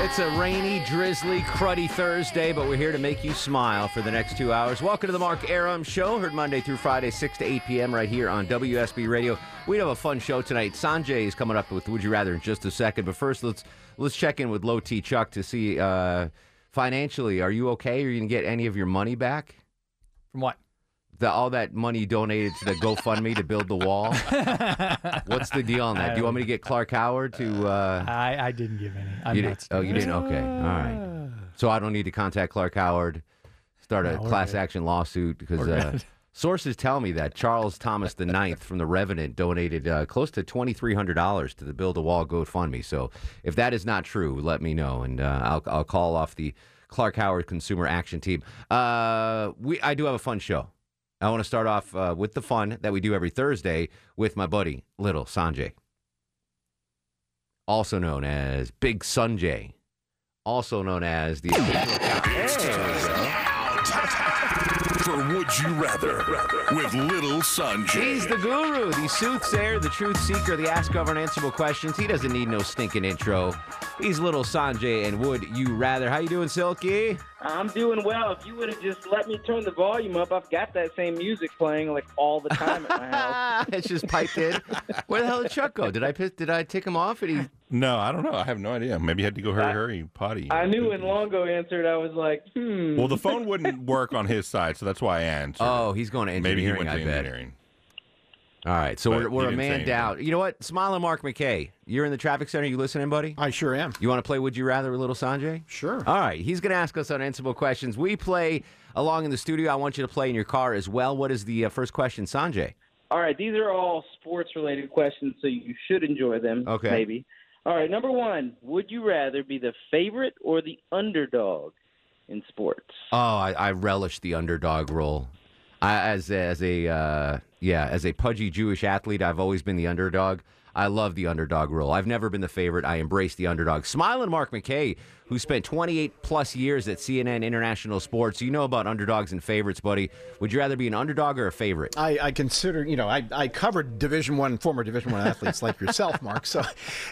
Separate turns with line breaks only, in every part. It's a rainy, drizzly, cruddy Thursday, but we're here to make you smile for the next two hours. Welcome to the Mark Aram Show, heard Monday through Friday, 6 to 8 p.m. right here on WSB Radio. We have a fun show tonight. Sanjay is coming up with Would You Rather in just a second, but first let's let's check in with Low T Chuck to see uh, financially, are you okay? Are you going to get any of your money back?
From what?
The, all that money donated to the GoFundMe to build the wall. What's the deal on that? Do you want me to get Clark Howard to? Uh,
I, I didn't give any. I'm
you
not. Ah.
didn't, oh, you didn't. Okay, all right. So I don't need to contact Clark Howard, start a
No, we're
class
good.
action lawsuit because
We're
uh,
good.
sources tell me that Charles Thomas the Ninth from the Revenant donated uh, close to twenty three hundred dollars to the Build a Wall GoFundMe. So if that is not true, let me know and uh, I'll I'll call off the Clark Howard Consumer Action Team. Uh, we I do have a fun show. I want to start off uh, with the fun that we do every Thursday with my buddy Little Sanjay, also known as Big Sunjay, also known as the.
For Would You Rather with Little Sanjay.
He's the guru, the soothsayer, the truth seeker, the asker of unanswerable questions. He doesn't need no stinking intro. He's Little Sanjay, and would you rather? How you doing, Silky?
I'm doing well. If you would have just let me turn the volume up, I've got that same music playing like all the time at my house.
it's just piped in. Where the hell did Chuck go? Did I piss, did I tick him off? And he
No, I don't know. I have no idea. Maybe you had to go hurry, hurry, potty.
I knew when Longo answered, I was like, hmm.
Well, the phone wouldn't work on his side, so that's why I answered.
oh, he's going to
maybe he
engineering.
went to
I bet.
engineering.
All right, so
But
we're,
he
we're a
didn't say
man
anything.
down. You know what? Smile and Mark McKay. You're in the traffic center. You listening, buddy?
I sure am.
You want to play Would You Rather with Little Sanjay?
Sure.
All right, he's going to ask us unanswerable questions. We play along in the studio. I want you to play in your car as well. What is the uh, first question, Sanjay?
All right, these are all sports related questions, so you should enjoy them.
Okay.
Maybe. All right, number one Would you rather be the favorite or the underdog in sports?
Oh, I, I relish the underdog role. I, as as a uh, yeah, as a pudgy Jewish athlete, I've always been the underdog. I love the underdog role. I've never been the favorite. I embrace the underdog. Smile and Mark McKay, who spent 28 plus years at CNN International Sports. You know about underdogs and favorites, buddy. Would you rather be an underdog or a favorite?
I, I consider, you know, I, I covered Division One, former Division One athletes like yourself, Mark. So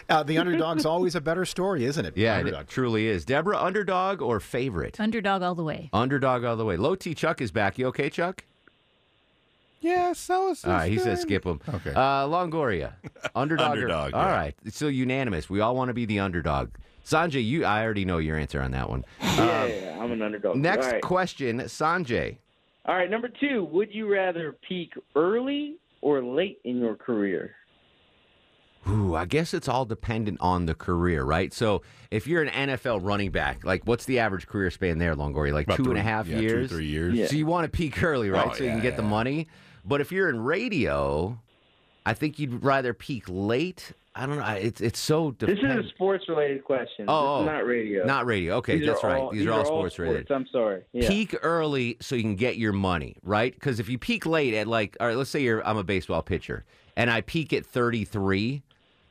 uh, the underdog's always a better story, isn't it?
Yeah,
underdog.
it truly is. Deborah, underdog or favorite?
Underdog all the way.
Underdog all the way. Low T Chuck is back. You okay, Chuck?
Yeah, so is
All right, he says skip him.
Okay.
Uh, Longoria, underdog. or-
Underdog,
All
yeah.
right, so unanimous. We all want to be the underdog. Sanjay, you, I already know your answer on that one.
yeah, I'm an underdog.
Um, Next
All right.
question, Sanjay.
all right, number two Would you rather peak early or late in your career?
Ooh, I guess it's all dependent on the career, right? So if you're an NFL running back, like what's the average career span there, Longoria? Like
About
two and
three-
a half
yeah, two,
years.
three years.
Yeah.
So you want to peak early, right?
Oh,
so you can
yeah,
get the
yeah.
money. But if you're in radio, I think you'd rather peak late. I don't know. I- It's it's so.
This
dependent.
is a sports related question.
Oh, oh.
this is not radio.
Not radio. Okay,
These
that's
are
right.
all-
these, are all sports, related.
I'm sorry. Yeah.
Peak early so you can get your money, right? Because if you peak late at like, all right, let's say you're I'm a baseball pitcher and I peak at 33,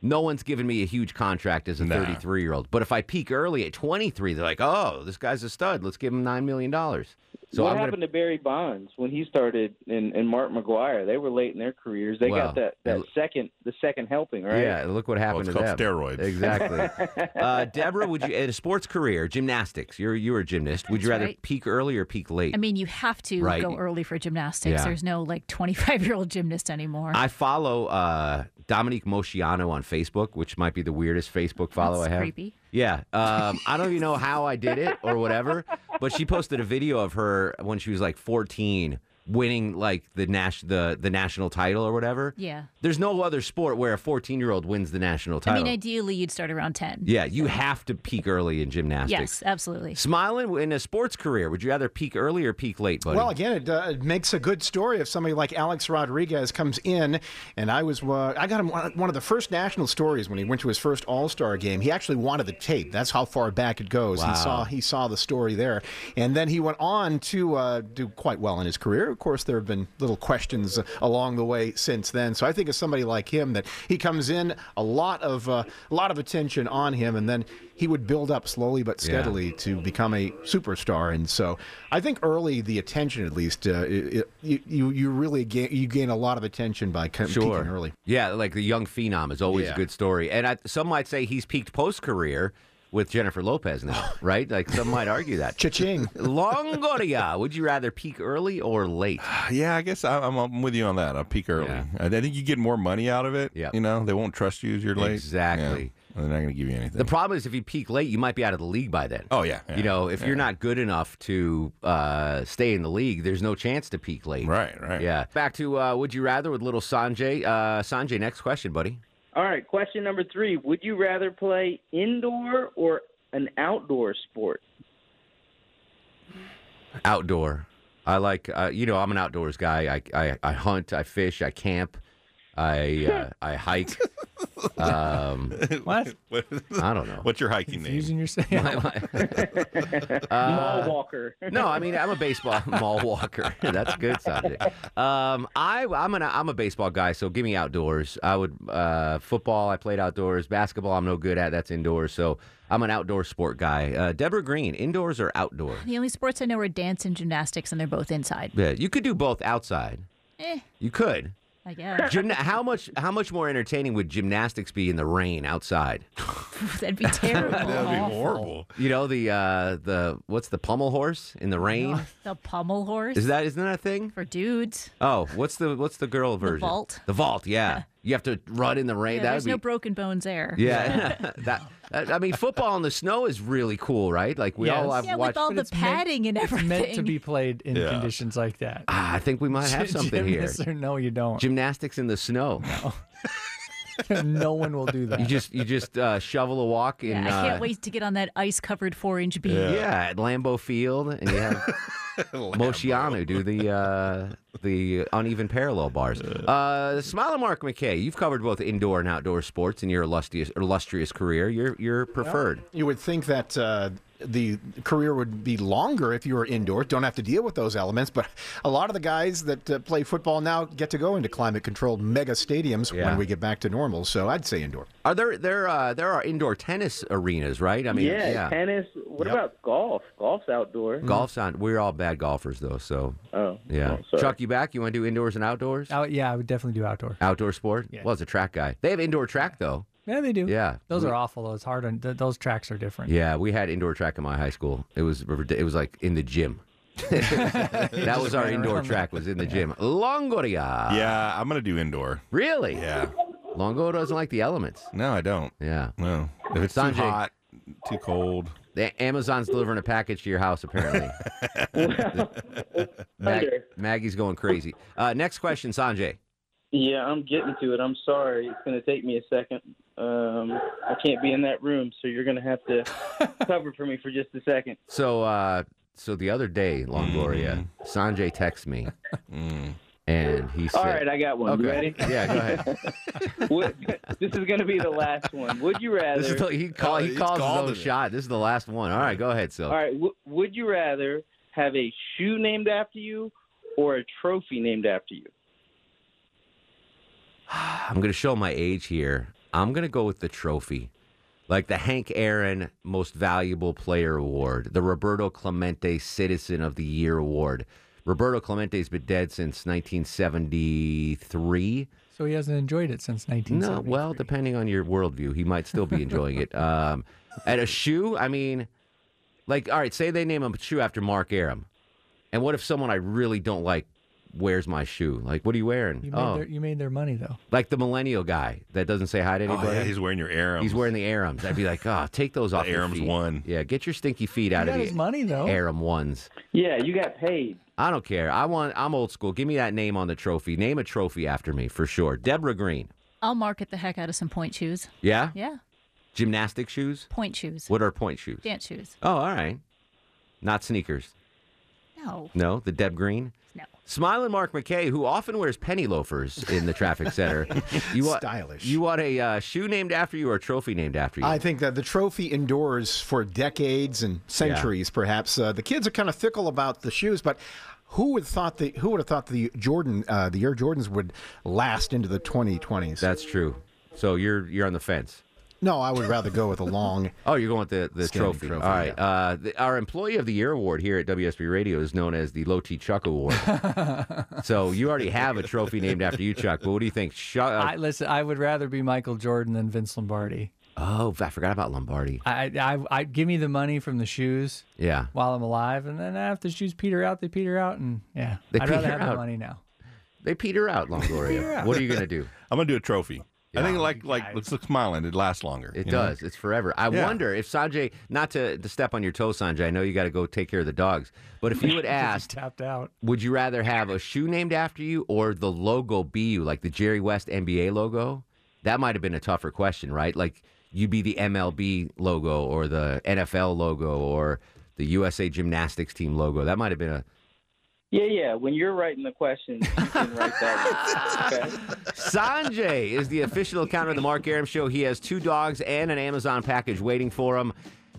no one's giving me a huge contract as a
Nah.
33 year old. But if I peak early at 23, they're like, oh, this guy's a stud. Let's give him nine million dollars. So
what
I'm
happened
gonna.
to Barry Bonds when he started and, and Mark McGuire? They were late in their careers. They
Well,
got that,
they
that
l-
second the second helping, right?
Yeah, look what
Well,
happened
it's
to them.
called steroids.
Exactly. uh, Deborah, would you in a sports career, gymnastics? You're you were a gymnast. Would you
That's
rather
right.
peak early or peak late?
I mean, you have to
Right.
go early for gymnastics.
Yeah.
There's no like 25 year old gymnast anymore.
I follow uh, Dominique Mosciano on Facebook, which might be the weirdest Facebook follow
That's
I have.
creepy.
Yeah, um, I don't even know how I did it or whatever, but she posted a video of her when she was like 14 winning like the nas- the the national title or whatever.
Yeah.
There's no other sport where a 14 year old wins the national
I
title.
mean, ideally, you'd start around 10.
yeah, you have to peak early in gymnastics.
Yes, absolutely.
Smiling in a sports career, would you rather peak early or peak late, buddy?
Well, again, it, uh, it makes a good story if somebody like Alex Rodriguez comes in, and I was uh, I got him one one of the first national stories when he went to his first All Star game. He actually wanted the tape. That's how far back it goes. He saw he saw the story there, and then he went on to uh, do quite well in his career. Of course, there have been little questions uh, along the way since then. So I think of somebody like him that he comes in a lot of uh, a lot of attention on him, and then he would build up slowly but steadily to become a superstar. And so I think early the attention, at least, uh, it, it, you- you you really gain you gain a lot of attention by co- peaking early.
Yeah, like the young phenom is always a
Yeah.
good story, and I, some might say he's peaked post career with Jennifer Lopez now, right? Like some might argue that.
Cha-ching.
Longoria, Uh, would you rather peak early or late?
Yeah, I guess I- I'm, I'm with you on that. I'll peak early.
Yeah.
I I think you get more money out of it.
Yep.
You know, they won't trust you if you're late.
Exactly.
Yeah. They're not going to give you anything.
The problem is if you peak late, you might be out of the league by then.
oh, yeah. yeah,
you know, if
yeah.
you're not good enough to uh, stay in the league, there's no chance to peak late.
Right, right.
Yeah. Back to uh, would you rather with little Sanjay. Uh, Sanjay, next question, buddy.
All right, question number three. Would you rather play indoor or an outdoor sport?
Outdoor. I like uh, you know I'm an outdoors guy. I I, I hunt. I fish. I camp. I uh, I hike. Um,
What?
I don't know.
What's your hiking name?
Using your say.
Mall walker.
Uh, No, I mean I'm a baseball mall walker. That's good, Sanjay. Um, I I'm an I'm a baseball guy, so give me outdoors. I would uh, football. I played outdoors. Basketball, I'm no good at. That's indoors. So I'm an outdoor sport guy. Uh, Deborah Green, indoors or outdoor?
The only sports I know are dance and gymnastics, and they're both inside.
Yeah, you could do both outside.
Eh,
You could.
I guess.
Gymna- how much how much more entertaining would gymnastics be in the rain outside?
That'd be terrible.
That'd be horrible.
You know the uh, the what's the pummel horse in the rain?
The pommel horse
Is that isn't that a thing?
for dudes.
Oh, what's the what's the girl version?
vault.
The vault, yeah. You have to run in the rain.
Yeah,
that
there's
would be
no broken bones there.
yeah. that, that- I mean, football in the snow is really cool, right? Like we all
Yes.
have
Yeah,
watched.
with all
But
the
it's meant-
padding and
It's
everything.
meant to be played in
Yeah.
conditions like that.
Ah, I think we might have something here.
Gymnasts Or no, you don't.
Gymnastics in the snow.
no one will do that.
You just you just uh, shovel a walk in.
Yeah, I
uh,
can't wait to get on that ice covered four inch beach.
Yeah, at Lambeau Field, and you have Moshianu do the uh, the uneven parallel bars. Uh, Smile and Mark McKay, you've covered both indoor and outdoor sports in your illustrious illustrious career. You're you're preferred.
You would think that uh, the career would be longer if you were indoors. Don't have to deal with those elements, but a lot of the guys that uh, play football now get to go into climate controlled mega stadiums
Yeah.
when we get back to normal. So I'd say indoor.
Are there there uh, there are indoor tennis arenas, right? I mean,
yeah, tennis. What
Yep.
about golf? Golf's outdoor.
Ah. Golf's on. We're all bad golfers though, so
Oh,
yeah.
oh, sorry. Oh,
Chuck, you back? You want to do indoors and outdoors?
Out, yeah, I would definitely do outdoor.
Outdoor sport?
Yeah.
Well, as a track guy, they have indoor track though.
Yeah, they do.
Yeah.
Those are awful. Those hard. On, th- those tracks are different.
Yeah, we had indoor track in my high school. It was rid- it was like in the gym. that was our
ran
indoor
around.
track was in the gym. Longoria.
Yeah, I'm going to do indoor.
Really?
Yeah.
Longo doesn't like the elements.
No, I don't.
Yeah.
No. If it's
Sanjay.
too hot, too cold.
The Amazon's delivering a package to your house apparently. Mag-
Thunder.
Maggie's going crazy. Uh, next question, Sanjay.
Yeah, I'm getting to it. I'm sorry. It's going to take me a second. Um, I can't be in that room, so you're going to have to cover for me for just a second.
So uh, so the other day, Longoria, Sanjay texted me
Mm.
and he said
All right, I got one.
Okay.
You ready?
Yeah, go ahead.
Would- this is going to be the last one. Would you rather?
This is the, he call, he
He's
calls his
called
own
it.
shot. This is the last one. All right, go ahead, Sil.
All right. W- would you rather have a shoe named after you or a trophy named after you?
I'm going to show my age here. I'm going to go with the trophy. Like the Hank Aaron Most Valuable Player Award, the Roberto Clemente Citizen of the Year Award. Roberto Clemente's been dead since 1973.
So he hasn't enjoyed it since 1970.
No, well, depending on your worldview, he might still be enjoying it. Um, at a shoe, I mean, like, all right, say they name a shoe after Mark Aram. And what if someone I really don't like wears my shoe? Like, what are you wearing?
You made,
oh,
their, you made their money though.
like the millennial guy that doesn't say hi to
Oh,
anybody.
yeah, he's wearing your Arams.
He's wearing the Arams. I'd be like, oh, take those off. your
Arams
feet."
won.
Yeah, get your stinky feet out
He
of
got his
the
money though.
Aram ones.
Yeah, you got paid.
I don't care. I want. I'm old school. Give me that name on the trophy. Name a trophy after me for sure. Deborah Green.
I'll market the heck out of some point shoes.
Yeah.
Yeah,
Gymnastic shoes.
point shoes,
What are point shoes?
dance shoes.
Oh, all right. Not sneakers.
No,
No, the Deb Green.
no.
Smiling Mark McKay, who often wears penny loafers in the traffic center. You want,
Stylish.
You want a uh, shoe named after you or a trophy named after you?
I think that the trophy endures for decades and centuries, perhaps. Uh, the kids are kind of fickle about the shoes, but who would thought the who would have thought the Jordan uh, the Air Jordans would last into the 2020s?
That's true. So you're you're on the fence.
no, I would rather go with a long.
Oh, you're going with the, the
Standing
trophy.
trophy,
All right. Uh, the, our Employee of the Year award here at WSB Radio is known as the Low T Chuck Award. so you already have a trophy named after you, Chuck. But what do you think? uh, Chuck,
I listen. I would rather be Michael Jordan than Vince Lombardi.
oh, I forgot about Lombardi.
I, I, I give me the money from the shoes
Yeah.
while I'm alive, and then if the shoes peter out, they peter out, and yeah,
They
I'd rather
peter
have
out.
the money now.
They peter out, Longoria. What are you going to do?
I'm gonna do a trophy. I think like like
guys.
let's look smiling. It lasts longer.
It
you know?
does. It's forever. I
Yeah.
wonder if Sanjay, not to, to step on your toe, Sanjay, I know you got to go take care of the dogs, but if you would ask,
Tapped out.
would you rather have a shoe named after you or the logo be you, like the Jerry West NBA logo? That might have been a tougher question, right? Like you be the MLB logo or the NFL logo or the USA gymnastics team logo. That might have been a
Yeah, yeah. When you're writing the questions, you can write that. one. Okay.
Sanjay is the official account of the Mark Aram Show. He has two dogs and an Amazon package waiting for him.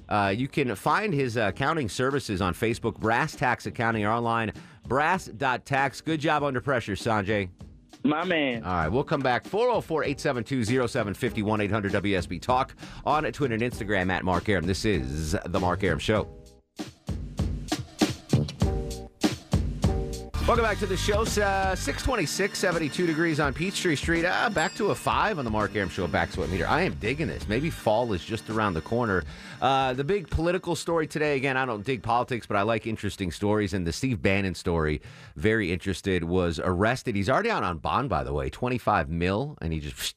Uh, you can find his uh, accounting services on Facebook, Brass Tax Accounting, or online, brass.tax. Good job under pressure, Sanjay.
My man.
All right, we'll come back 404 872 0751 800 WSB Talk on Twitter and Instagram at Mark Aram. This is The Mark Aram Show. Welcome back to the show. Uh, 626, 72 degrees on Peachtree Street. Ah, back to a five on the Mark Aram Show back sweat meter. I am digging this. Maybe fall is just around the corner. Uh, the big political story today, again, I don't dig politics, but I like interesting stories. And the Steve Bannon story, very interested, was arrested. He's already out on bond, by the way, 25 mil, and he just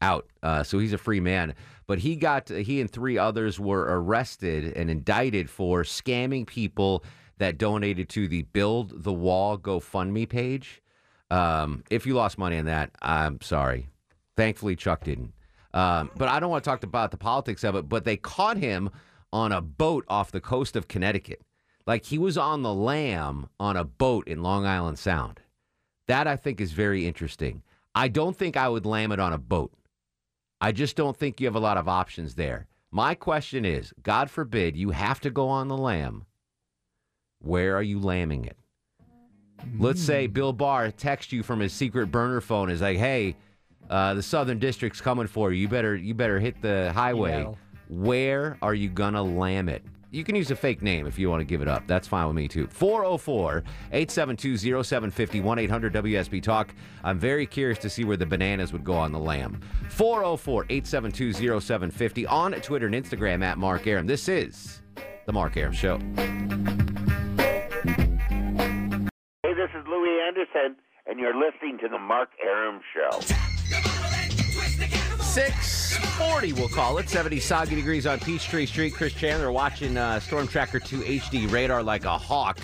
out. Uh, so he's a free man. But he got he and three others were arrested and indicted for scamming people that donated to the Build the Wall GoFundMe page. Um, if you lost money on that, I'm sorry. Thankfully, Chuck didn't. Um, but I don't want to talk about the politics of it. But they caught him on a boat off the coast of Connecticut. Like he was on the lam on a boat in Long Island Sound. That I think is very interesting. I don't think I would lam it on a boat. I just don't think you have a lot of options there. My question is God forbid you have to go on the lam. Where are you lambing it? Let's say Bill Barr texts you from his secret burner phone is like, hey, uh, the Southern District's coming for you. You better you better hit the highway.
Email.
Where are you gonna lam it? You can use a fake name if you want to give it up. That's fine with me too. 404 872 0750 800 WSB Talk. I'm very curious to see where the bananas would go on the lamb. 404 872 0750 on Twitter and Instagram at Mark Aram. This is The Mark Aram Show.
Hey, this is Louis Anderson, and you're listening to the Mark Aram Show.
640, we'll call it. 70 soggy degrees on Peachtree Street. Chris Chandler watching uh, Storm Tracker 2 HD radar like a hawk.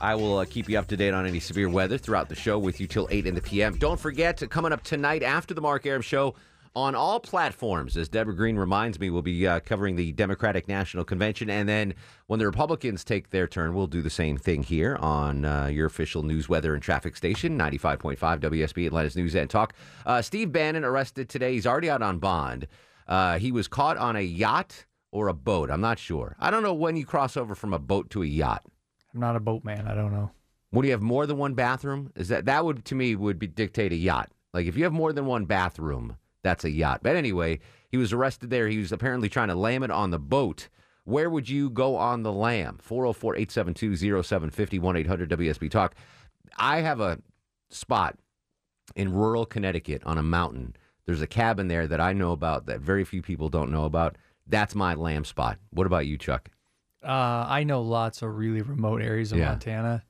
I will uh, keep you up to date on any severe weather throughout the show with you till 8 in the p.m. Don't forget, uh, coming up tonight after the Mark Aram Show on all platforms, as Deborah Green reminds me, we'll be uh, covering the Democratic National Convention. And then when the Republicans take their turn, we'll do the same thing here on uh, your official news, weather, and traffic station, 95.5 WSB, Atlanta's News and Talk. Uh, Steve Bannon arrested today. He's already out on bond. Uh, he was caught on a yacht or a boat. I'm not sure. I don't know when you cross over from a boat to a yacht.
I'm not a boatman. I don't know.
When you have more than one bathroom, is that that would to me would be dictate a yacht. Like if you have more than one bathroom, that's a yacht. But anyway, he was arrested there. He was apparently trying to lam it on the boat. Where would you go on the lam? 404-872-0750 1-800-WSB Talk. I have a spot in rural Connecticut on a mountain. There's a cabin there that I know about that very few people don't know about. That's my lamb spot. What about you, Chuck?
Uh, I know lots of really remote areas of
Yeah.
Montana,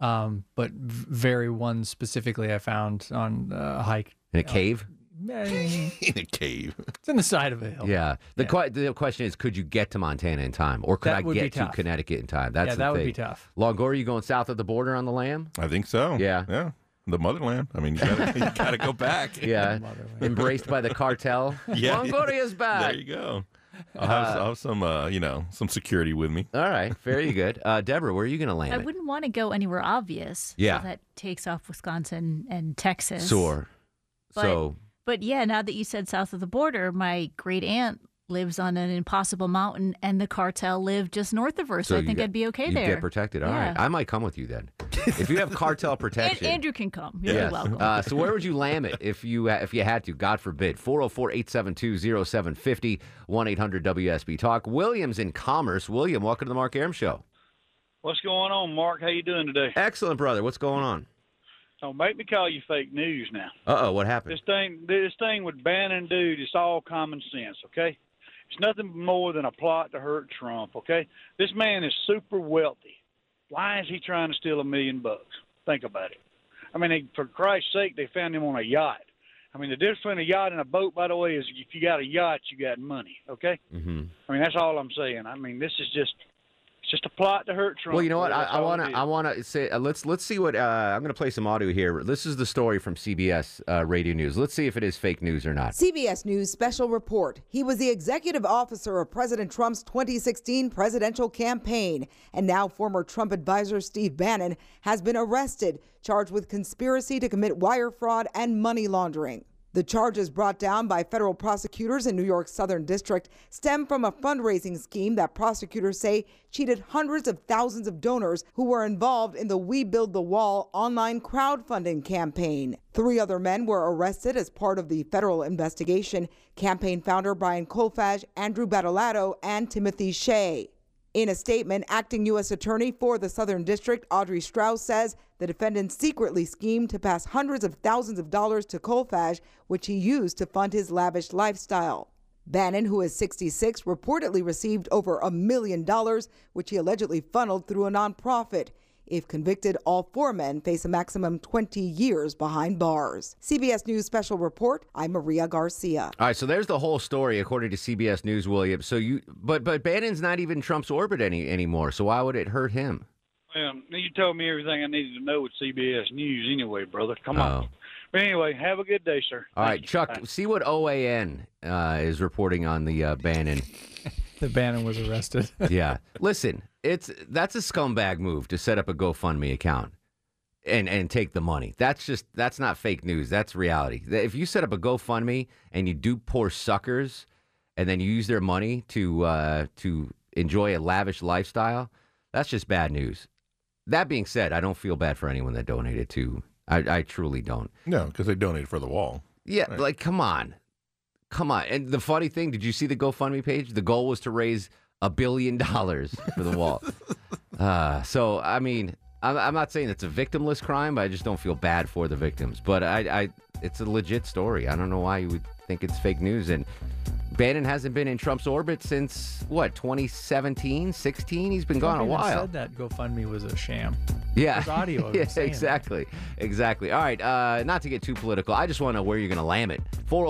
um, but v- very one specifically I found on uh, a hike.
In a cave?
eh,
Oh. in a cave.
it's in the side of a hill.
Yeah. The, que- the question is, could you get to Montana in time, or could
That
I
would be
get to
tough.
Connecticut in time? That's
Yeah,
the
that would be
thing.
tough.
Longoria, you going south of the border on the lamb?
I think so.
Yeah.
Yeah. The motherland. I mean, you gotta, you gotta go back.
Yeah, embraced by the cartel.
Yeah.
Longoria's back.
There you go. I'll have, I'll have some, uh, you know, some security with me.
All right, very good. Uh, Deborah, where are you going to land?
I
it?
wouldn't want to go anywhere obvious.
Yeah.
So that takes off Wisconsin and Texas.
Sore.
But-
so
But yeah, now that you said south of the border, my great aunt lives on an impossible mountain and the cartel lived just north of her. So,
So
I
you
think
get-
I'd be okay
you
there.
get protected. All right,
Yeah.
I might come with you then. If you have cartel
And
protection.
Andrew can come. You're
Yes.
welcome.
Uh, so where would you lamb it if you uh, if you had to? God forbid. 404-872-0750, 1-800-WSB Talk. William's in Commerce. William, welcome to the Mark Aram Show.
What's going on, Mark? How you doing today?
Excellent, brother. What's going on?
Don't make me call you fake news now.
Uh-oh, what happened?
This thing, this thing with Bannon, dude, it's all common sense. Okay, it's nothing more than a plot to hurt Trump. Okay, this man is super wealthy. Why is he trying to steal a million bucks? Think about it. I mean, they, for Christ's sake, they found him on a yacht. I mean, the difference between a yacht and a boat, by the way, is if you got a yacht, you got money. Okay,
mm-hmm.
I mean that's all I'm saying. I mean, this is just, it's just a plot to hurt Trump.
Well, you know what? I,
That's
I
all it
want
is.
to. I want to say. Uh, let's let's see what. Uh, I'm going to play some audio here. This is the story from CBS uh, Radio News. Let's see if it is fake news or not.
CBS News special report. He was the executive officer of President Trump's 2016 presidential campaign, and now former Trump advisor Steve Bannon has been arrested, charged with conspiracy to commit wire fraud and money laundering. The charges brought down by federal prosecutors in New York's Southern District stem from a fundraising scheme that prosecutors say cheated hundreds of thousands of donors who were involved in the We Build the Wall online crowdfunding campaign. Three other men were arrested as part of the federal investigation campaign founder Brian Colfage, Andrew Battolato, and Timothy Shea. In a statement, acting U.S. Attorney for the Southern District, Audrey Strauss says the defendant secretly schemed to pass hundreds of thousands of dollars to Colfage, which he used to fund his lavish lifestyle. Bannon, who is 66, reportedly received over a million dollars, which he allegedly funneled through a nonprofit. If convicted, all four men face a maximum 20 years behind bars. CBS News Special Report, I'm Maria Garcia.
All right, so there's the whole story according to CBS News, William. So you, but but Bannon's not even Trump's orbit any anymore. So why would it hurt him?
Um, you told me everything I needed to know with CBS News anyway, brother. Come
Oh.
on. But anyway, have a good day, sir.
All
Thank
right,
you.
Chuck,
Bye.
see what OAN uh, is reporting on the uh, Bannon.
The Bannon was arrested.
Yeah, listen, it's that's a scumbag move to set up a GoFundMe account and and take the money. That's just that's not fake news. That's reality. If you set up a GoFundMe and you do poor suckers, and then you use their money to uh, to enjoy a lavish lifestyle, that's just bad news. That being said, I don't feel bad for anyone that donated to. I, I truly don't.
No, because they donated for the wall.
Yeah, like come on, come on. And the funny thing, did you see the GoFundMe page? The goal was to raise a billion dollars for the wall. uh, so I mean, I'm, I'm not saying it's a victimless crime, but I just don't feel bad for the victims. But I, I, it's a legit story. I don't know why you would think it's fake news. And Bannon hasn't been in Trump's orbit since what 2017, 16. He's been gone a
Trump even
while.
Said that GoFundMe was a sham.
Yeah.
There's audio of him
yeah,
saying that.
exactly. Exactly. All right. Uh, not to get too political, I just want to know where you're going to lamb it.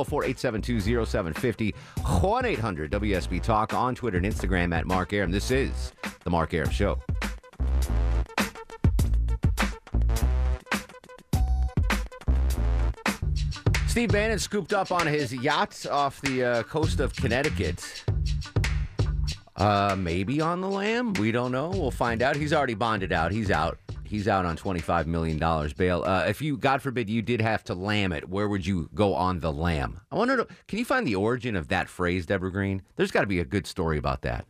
404 872 0750, 1 800 WSB Talk on Twitter and Instagram at Mark Aram. This is The Mark Aram Show. Steve Bannon scooped up on his yacht off the uh, coast of Connecticut. Uh, maybe on the lam. We don't know. We'll find out. He's already bonded out. He's out. He's out on twenty-five million dollars bail. Uh, if you, God forbid, you did have to lamb it, where would you go on the lam? I wonder. to- Can you find the origin of that phrase, Deborah Green? There's got to be a good story about that.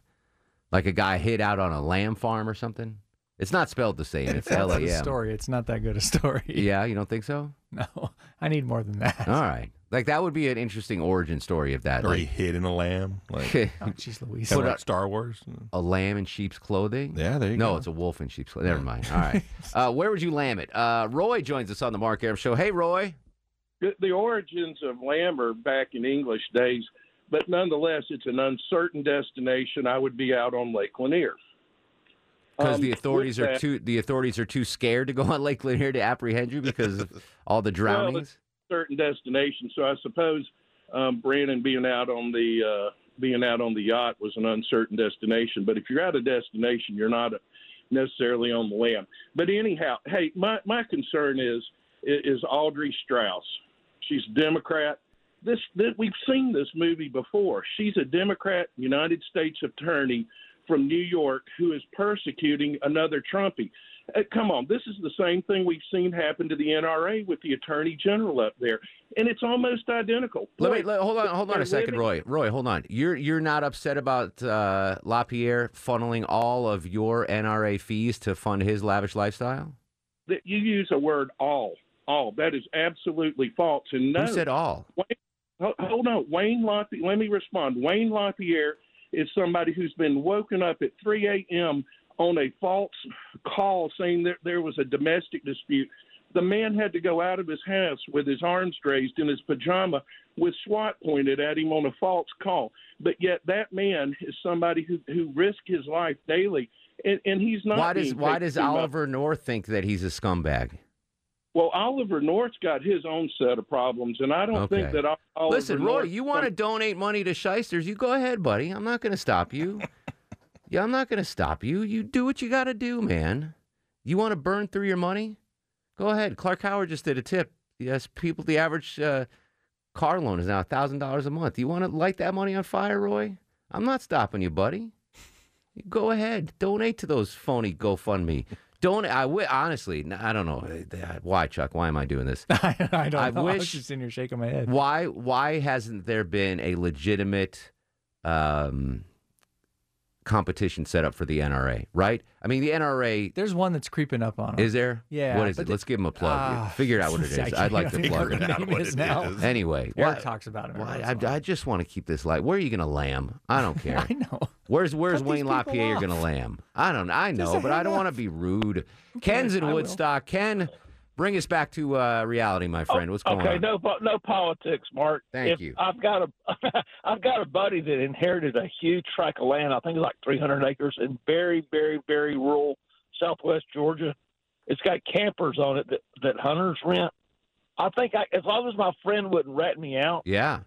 Like a guy hid out on a lamb farm or something. It's not spelled the same. It's L A
That's the
M.
story. It's not that good a story.
Yeah, you don't think so?
No, I need more than that.
All right. Like that would be an interesting origin story of that.
Or he
Like,
hid in a lamb. Like, kinda
Oh, jeez, Louise.
like Star Wars.
a lamb in sheep's clothing?
Yeah, there you
no,
go.
it's a wolf in sheep's clothing. Never mind. All right. Uh, where would you lamb it? Uh, Roy joins us on the Mark Aram Show. Hey, Roy.
The- the origins of lamb are back in English days, but nonetheless, it's an uncertain destination. I would be out on Lake Lanier.
Because
Um,
the authorities
with
are
that-
too the authorities are too scared to go on Lake Lanier to apprehend you because of all the drownings.
certain destination. So I suppose um, Brandon being out on the uh, being out on the yacht was an uncertain destination. But if you're at a destination, you're not necessarily on the land. But anyhow, hey, my my concern is is Audrey Strauss. She's a Democrat. This, this we've seen this movie before. She's a Democrat United States attorney from New York who is persecuting another Trumpy. Uh, come on, this is the same thing we've seen happen to the NRA with the Attorney General up there, and it's almost identical.
Let me
Boy,
let- hold on. Hold on
they're
a second,
living-
Roy. Roy, hold on. You're you're not upset about uh, Lapierre funneling all of your NRA fees to fund his lavish lifestyle?
That you use a word all, all. That is absolutely false. And no,
Who said all?
Wayne, ho- hold on, Wayne Lapierre. Let me respond. Wayne Lapierre is somebody who's been woken up at 3 a.m. on a false call saying that there was a domestic dispute. The man had to go out of his house with his arms raised in his pajama with SWAT pointed at him on a false call. But yet that man is somebody who, who risked his life daily, and, and he's not.
Why does
being
Why
paid
does
too much.
Oliver North think that he's a scumbag?
Well, Oliver North's got his own set of problems, and I don't think
Okay.
that Ol-
Oh,
Oliver
Listen, Roy,
North-
you want to donate money to shysters? You go ahead, buddy. I'm not going to stop you. yeah, I'm not going to stop you. You do what you got to do, man. You want to burn through your money? Go ahead. Clark Howard just did a tip. Yes, people, the average uh, car loan is now $1,000 a month. You want to light that money on fire, Roy? I'm not stopping you, buddy. You Go ahead. Donate to those phony GoFundMe. Don't I wi- honestly? I don't know eh, why, Chuck. Why am I doing this?
I don't
I
know. I was
wish-
just in here shaking my head.
Why why hasn't there been a legitimate um, competition set up for the NRA? Right? I mean, the NRA
There's one that's creeping up on him.
is there?
Yeah,
What is
but
it?
the-
Let's give him a plug.
Ah,
Figure it out what it
I
is. I'd like to
can't
plug
figure
it
out
out.
what it now. is.
Anyway,
Eric
why-
talks about it.
why- I, I just want to keep this light. Where are you going to lamb? I don't care. I know. Where's Where's
Cut these
Wayne
people
Lapierre? You're going to
off.
lamb? I don't. I know,
Just
but I don't
hang
want to be rude. Ken's in
I will.
Woodstock. Ken, bring us back to uh, reality, my friend. What's going
Oh, okay,
on?
no, po- no politics, Mark.
Thank
If-
you.
I've got a, I've got a buddy that inherited a huge tract of land. I think it's like 300 acres in very, very, very rural Southwest Georgia. It's got campers on it that that hunters rent. I think I, as long as my friend wouldn't rat me out,
Yeah.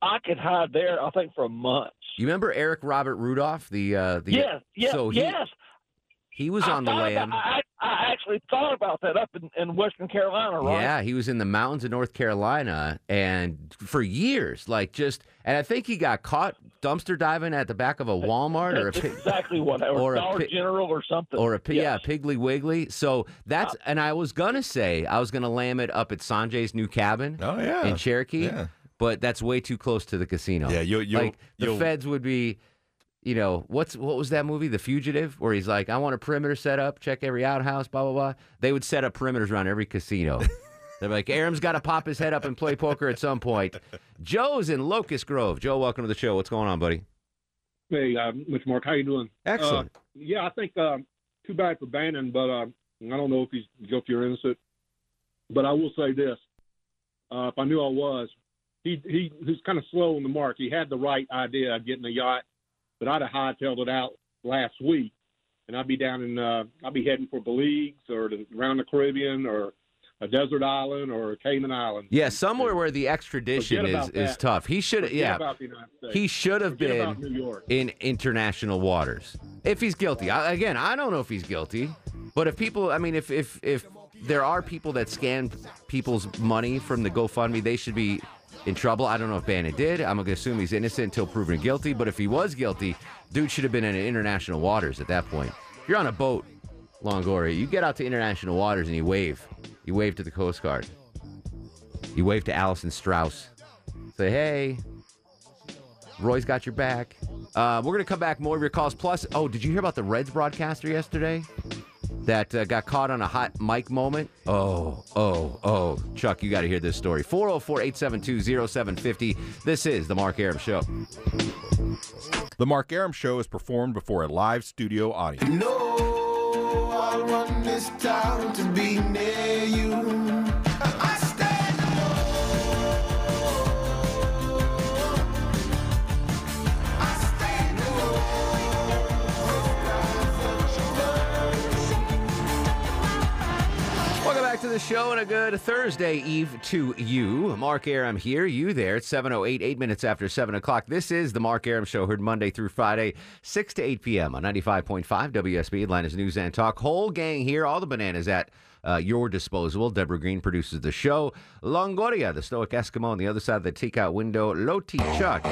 I could hide there. I think for a month.
You remember Eric Robert Rudolph? The uh, the
yes, yes,
so he,
yes.
He was
I
on the
thought
lam.
about- I, I actually thought about that up in, in Western Carolina, right?
Yeah, he was in the mountains of North Carolina, and for years, like just, and I think he got caught dumpster diving at the back of a Walmart or a
That's
pig,
exactly what or,
or a
Dollar
pi-
General or something.
or a pi-
Yes.
yeah Piggly Wiggly. So that's, and I was gonna say I was gonna lam it up at Sanjay's new cabin.
Oh, yeah.
in Cherokee.
Yeah.
But that's way too close to the casino.
Yeah, you'll- you'll-
like the
you'll-
feds would be. You know what's what was that movie, The Fugitive, where he's like, "I want a perimeter set up, check every outhouse, blah blah blah." They would set up perimeters around every casino. They're like, "Aram's got to pop his head up and play poker at some point." Joe's in Locust Grove. Joe, welcome to the show. What's going on, buddy?
Hey, uh, Mr. Mark, how you doing?
Excellent.
Uh, yeah, I think uh, too bad for Bannon, but uh, I don't know if he's guilty or innocent. But I will say this: uh, if I knew I was, he he he's kind of slow on the mark. He had the right idea of getting a yacht, but I'd have hightailed it out last week, and I'd be down in uh, I'd be heading for Belize or to, around the Caribbean or a desert island or a Cayman island.
Yeah, somewhere where the extradition
Forget
is
about
is
that.
tough. He should,
Forget
yeah,
about the United States.
he should have
Forget about New
been
York.
in international waters if he's guilty. I, again, I don't know if he's guilty, but if people, I mean, if if if there are people that scam people's money from the GoFundMe, they should be in trouble. I don't know if Bannon did. I'm gonna assume he's innocent until proven guilty. But if he was guilty, dude should have been in international waters at that point. You're on a boat, Longoria. You get out to international waters and you wave. You wave to the Coast Guard. You wave to Allison Strauss. Say, hey, Roy's got your back. Uh, we're going to come back more of your calls. Plus, oh, did you hear about the Reds broadcaster yesterday that uh, got caught on a hot mic moment? Oh, oh, oh. Chuck, you got to hear this story. 404 872 0750. This is The Mark Aram Show.
The Mark Aram Show is performed before a live studio audience.
No, I want this town to be near you. I stand
Welcome back to the show and a good Thursday Eve to you. Mark Aram here, you there. It's 7.08, eight minutes after 7 o'clock. This is the Mark Aram Show, heard Monday through Friday, 6 to 8 p.m. on 95.5 WSB, Atlanta's News and Talk. Whole gang here, all the bananas at uh, your disposal. Deborah Green produces the show. Longoria, the stoic Eskimo on the other side of the takeout window. Loti Chuck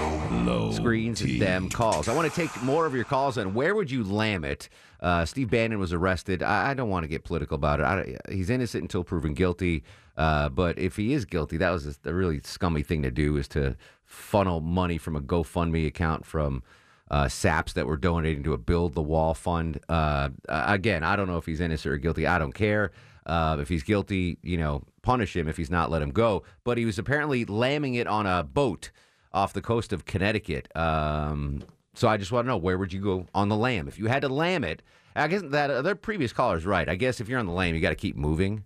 screens them calls. I want to take more of your calls and where would you lam it? Uh, Steve Bannon was arrested. I, I don't want to get political about it. I, he's innocent until proven guilty. Uh, but if he is guilty, that was a, a really scummy thing to do is to funnel money from a GoFundMe account from uh, saps that were donating to a Build the Wall fund. Uh, uh, again, I don't know if he's innocent or guilty. I don't care. Uh, if he's guilty, you know, punish him. If he's not, let him go. But he was apparently lambing it on a boat off the coast of Connecticut. Um, so I just want to know where would you go on the lamb if you had to lamb it? I guess that other previous caller's right. I guess if you're on the lamb, you got to keep moving.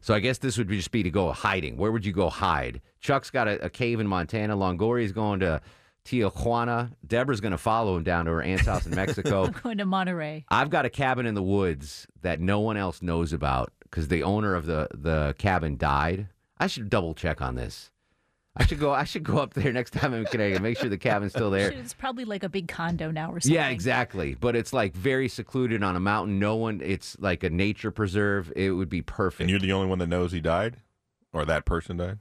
So I guess this would just be to go hiding. Where would you go hide? Chuck's got a, a cave in Montana. Longoria's going to Tijuana. Deborah's going to follow him down to her aunt's house in Mexico.
I'm going to Monterey.
I've got a cabin in the woods that no one else knows about because the owner of the the cabin died. I should double check on this. I should go. I should go up there next time I'm in Connecticut. Make sure the cabin's still there.
Shoot, It's probably like a big condo now or something.
Yeah, exactly. But it's like very secluded on a mountain. No one. It's like a nature preserve. It would be perfect.
And you're the only one that knows he died, or that Oh, person died.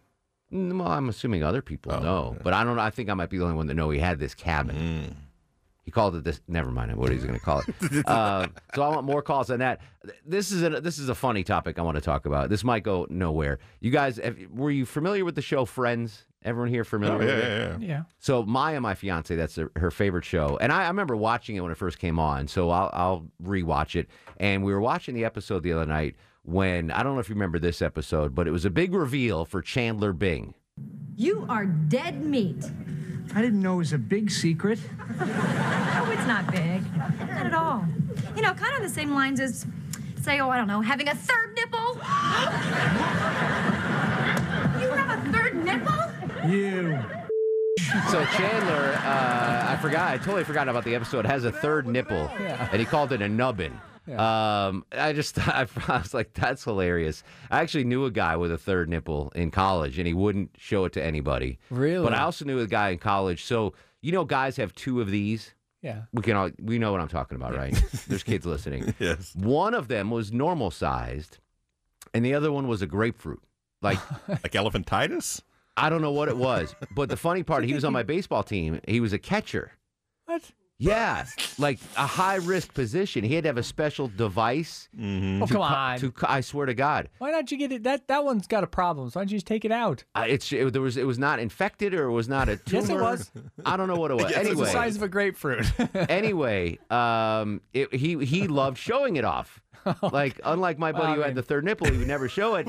Mm, Well, I'm assuming other people know, but I don't. know. I think I might be the only one to know he had this cabin.
Mm.
He called it this. Never mind what he's going to call it. uh, so I want more calls on that. This is a this is a funny topic I want to talk about. This might go nowhere. You guys, have, were you familiar with the show Friends? Everyone here familiar?
Oh,
with
yeah,
it?
yeah, yeah. Yeah.
So Maya, my fiance, that's her, her favorite show, and I, I remember watching it when it first came on. So I'll, I'll rewatch it, and we were watching the episode the other night when I don't know if you remember this episode, but it was a big reveal for Chandler Bing.
You are dead meat.
I didn't know it was a big secret.
Oh, it's not big. Not at all. You know, kind of the same lines as, say, oh, I don't know, having a third nipple. you have a third nipple?
You. So Chandler, uh, I forgot, I totally forgot about the episode. Has a third nipple,
Yeah.
and he called it a nubbin. Um, I just, I, was like, that's hilarious. I actually knew a guy with a third nipple in college, and he wouldn't show it to anybody.
Really?
But I also knew a guy in college. So you know, guys have two of these.
Yeah.
We can all we know what I'm talking about, right? There's kids listening. yes. One of them was normal sized, and the other one was a grapefruit, like like elephantitis. I don't know what it was, but the funny part, he was on my baseball team. He was a catcher.
What?
Yeah, like a high risk position. He had to have a special device.
Oh,
to
come
co-
on.
To, co- I swear to God,
Why don't you get it? That that one's got a problem. So why don't you just take it out?
I, Uh, it's it, there was it was not infected or it was not a tumor.
Yes, it was.
I don't know what it was.
Yes, it was.
anyway,
It's the size of a grapefruit.
anyway, um, it, he he loved showing it off.
Oh,
Like unlike my buddy
Wow,
who had
man.
the third nipple, he would never show it.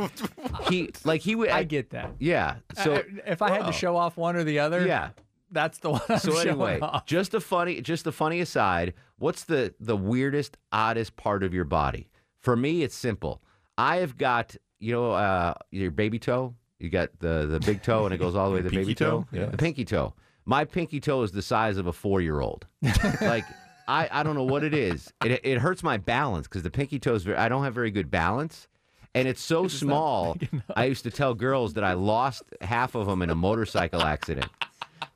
he like he would. I
get that.
Yeah. So
So if I had
Wow.
to show off one or the other,
Yeah.
that's the one. I'm
so
showing
anyway,
off.
just a funny, just a funny aside. What's the the weirdest, oddest part of your body? For me, it's simple. I have got you know uh, your baby toe. You got the the big toe, and it goes all the way to the
Pinky
baby
toe?
toe.
Yeah.
The pinky toe. My pinky toe is the size of a four year old. like I I don't know what it is. It it hurts my balance because the pinky toe is very. I don't have very good balance. And it's so small. I used to tell girls that I lost half of them in a motorcycle accident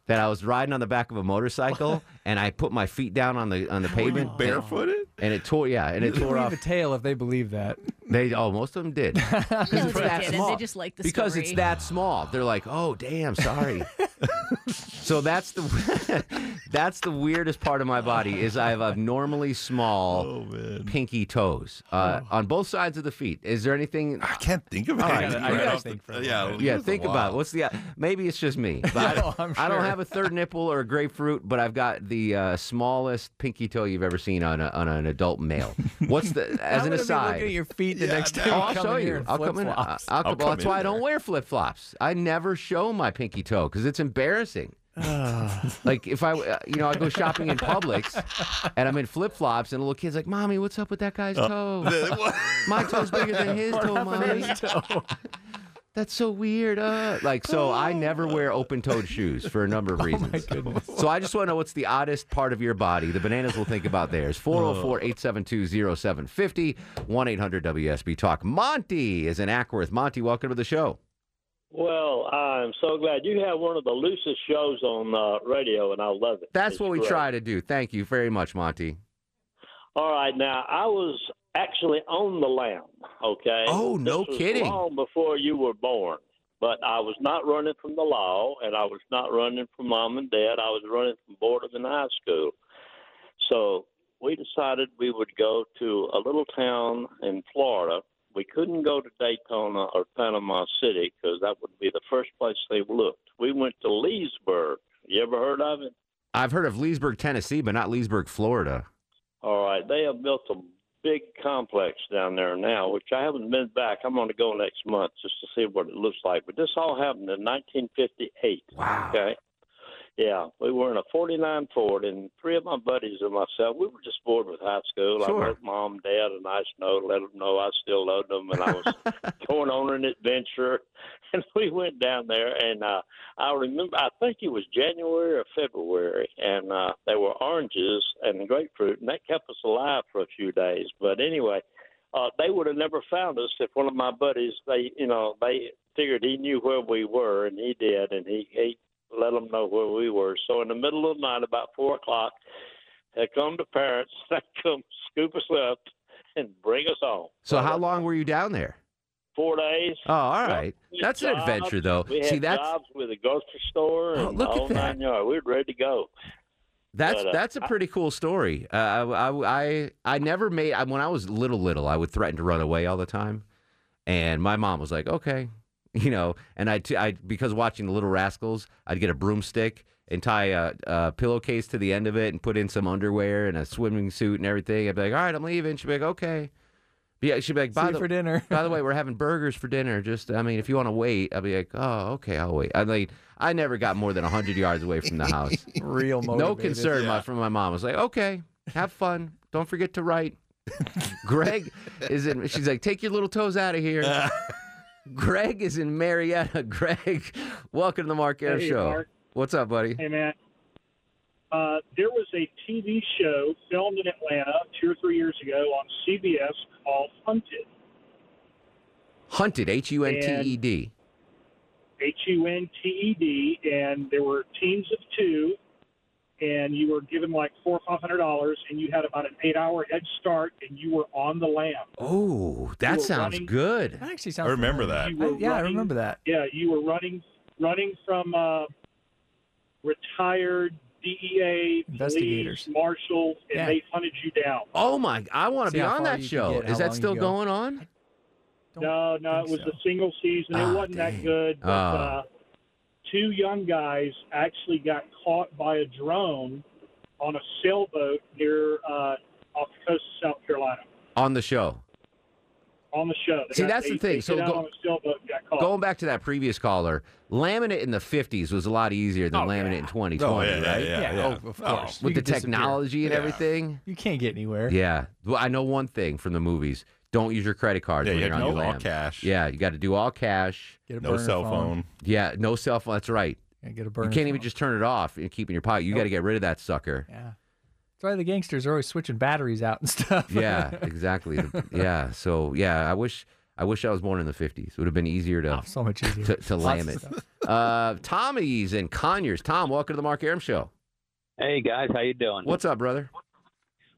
that I was riding on the back of a motorcycle and I put my feet down on the on the pavement and-
barefooted?
and it tore yeah and
You
it
could
tore
leave
off
a tail if they believe that.
they oh most of them did because
No, they didn't. They just like the
because
story.
it's that small they're like oh damn sorry so that's the that's the weirdest part of my body is I have abnormally small
Oh,
pinky toes uh, on both sides of the feet is there anything I
can't think of anything right off the- yeah, it'll give
yeah
us a
think
while.
about it. what's the uh, maybe it's just me but I-
No, oh, I'm
I don't
sure.
have a third nipple or a grapefruit, but I've got the uh, smallest pinky toe you've ever seen on, a, on an adult male. What's the as
I'm
an
gonna be
aside?
looking at your feet the next time
Oh,
you
I'll
come
show
in
you.
here in
I'll come in. I'll,
flip-flops.
I'll
I'll
come,
come
that's
in
why I don't wear flip flops. I never show my pinky toe because it's embarrassing. like if I, uh, you know, I go shopping in Publix and I'm in flip flops, and a little kid's like, "Mommy, what's up with that guy's
Uh,
toe?
the- what?
my toe's bigger than his
What
toe,
happened to
mommy."
his
toe? That's so weird. Uh, like, so I never wear open toed shoes for a number of reasons. so I just want to know what's the oddest part of your body. The bananas will think about theirs. 404 872 0750 1 800 WSB Talk. Monty is in Ackworth. Monty, welcome to the show.
Well, I'm so glad you have one of the loosest shows on uh, radio, and I love it.
That's
It's
what we
great.
try to do. Thank you very much, Monty.
All right, now I was actually on the lam. Okay.
Oh, no
This was
kidding.
Long before you were born, but I was not running from the law, and I was not running from mom and dad. I was running from boredom in high school. So we decided we would go to a little town in Florida. We couldn't go to Daytona or Panama City because that would be the first place they looked. We went to Leesburg. You ever heard of it?
I've heard of Leesburg, Tennessee, but not Leesburg, Florida.
All right, they have built a big complex down there now, which I haven't been back. I'm going to go next month just to see what it looks like. But this all happened in 1958. Wow. Okay. Yeah, we were in a 49 Ford, and three of my buddies and myself, we were just bored with high school.
Sure.
I wrote mom, dad, a nice note, let them know I still loved them, and I was going on an adventure. And we went down there, and uh, I remember, I think it was January or February, and uh, there were oranges and grapefruit, and that kept us alive for a few days. But anyway, uh, they would have never found us if one of my buddies, they, you know, they figured he knew where we were, and he did, and he, he let them know where we were. So in the middle of the night, about four o'clock, they come the parents, they come scoop us up and bring us home.
So, how long were you down there?
Four days.
Oh, all right. That's an
Jobs.
adventure, though.
We had
See, that's
jobs with a grocery store and
Oh, look at
all
that.
nine yards. We were ready to go.
That's
But, uh,
that's a
I-
pretty cool story. Uh, I, I I I never made I, when I was little little I would threaten to run away all the time, and my mom was like, okay, you know, and I t- I because watching the Little Rascals, I'd get a broomstick and tie a, a pillowcase to the end of it and put in some underwear and a swimming suit and everything. I'd be like, all right, I'm leaving. She'd be like, okay. But yeah, she'd be like, by
you
the,
for dinner.
by the way, we're having burgers for dinner. Just, I mean, if you want to wait, I'll be like, oh, okay, I'll wait. I mean, I never got more than hundred yards away from the house.
Real
No
motivated.
concern my,
Yeah.
from my mom. I was like, okay, have fun. Don't forget to write. Greg is in. She's like, take your little toes out of here. Greg is in Marietta. Greg, welcome to the Mark Air
Hey,
Show.
Mark.
What's up, buddy?
Hey, man. Uh, there was a TV show filmed in Atlanta two or three years ago on CBS called Hunted.
Hunted, H U N T E D.
H U N T E D, and there were teams of two, and you were given like four or five hundred dollars, and you had about an eight-hour head start, and you were on the lam.
Oh, that
were
sounds
running-
good.
That actually sounds.
You were
yeah, I
running-
remember that.
Yeah, you were running running from uh, retired DEA
Investigators.
police, marshals, and
Yeah.
they hunted you down.
Oh my! I want to
See
be
how
on
far
that
you can
show.
get, how
Is
long
that
you
still
go.
going on?
No, no, it was a single season. It wasn't that good. But,
Ah.
uh, two young guys actually got caught by a drone on a sailboat near uh, off the coast of South Carolina
On the show.
on the show. They
See,
got-
that's the
they-
thing.
they
So
got out
go-
on a sailboat and
Oh.
got caught.
Going back to that previous caller, laminate in the 50s was a lot easier than laminate in 2020,
Oh, yeah, yeah,
right?
yeah, Yeah, yeah. oh, of course.
With
You
the
could disappear.
technology and
Yeah.
everything.
You can't get anywhere.
Yeah. Well, I know one thing from the movies. Don't use your credit cards
Yeah,
when
you
are
have
on
to
your
use all
lam.
cash.
Yeah, you got to do all cash.
Get a No burner cell phone. phone.
Yeah, no cell phone. That's right.
Yeah, get a
You
burner
can't even just turn it off and keep it in your pocket. You got to get rid of that sucker.
Yeah. That's why the gangsters are always switching batteries out and stuff.
Yeah, exactly. The- yeah. So yeah, I wish I wish I was born in the fifties. It would have been easier to
Oh, so much easier
to, to
Lots
lam
of
it. Uh, Tommy's in Conyers. Tom, welcome to the Mark Aram Show.
Hey guys, how you doing?
What's up, brother?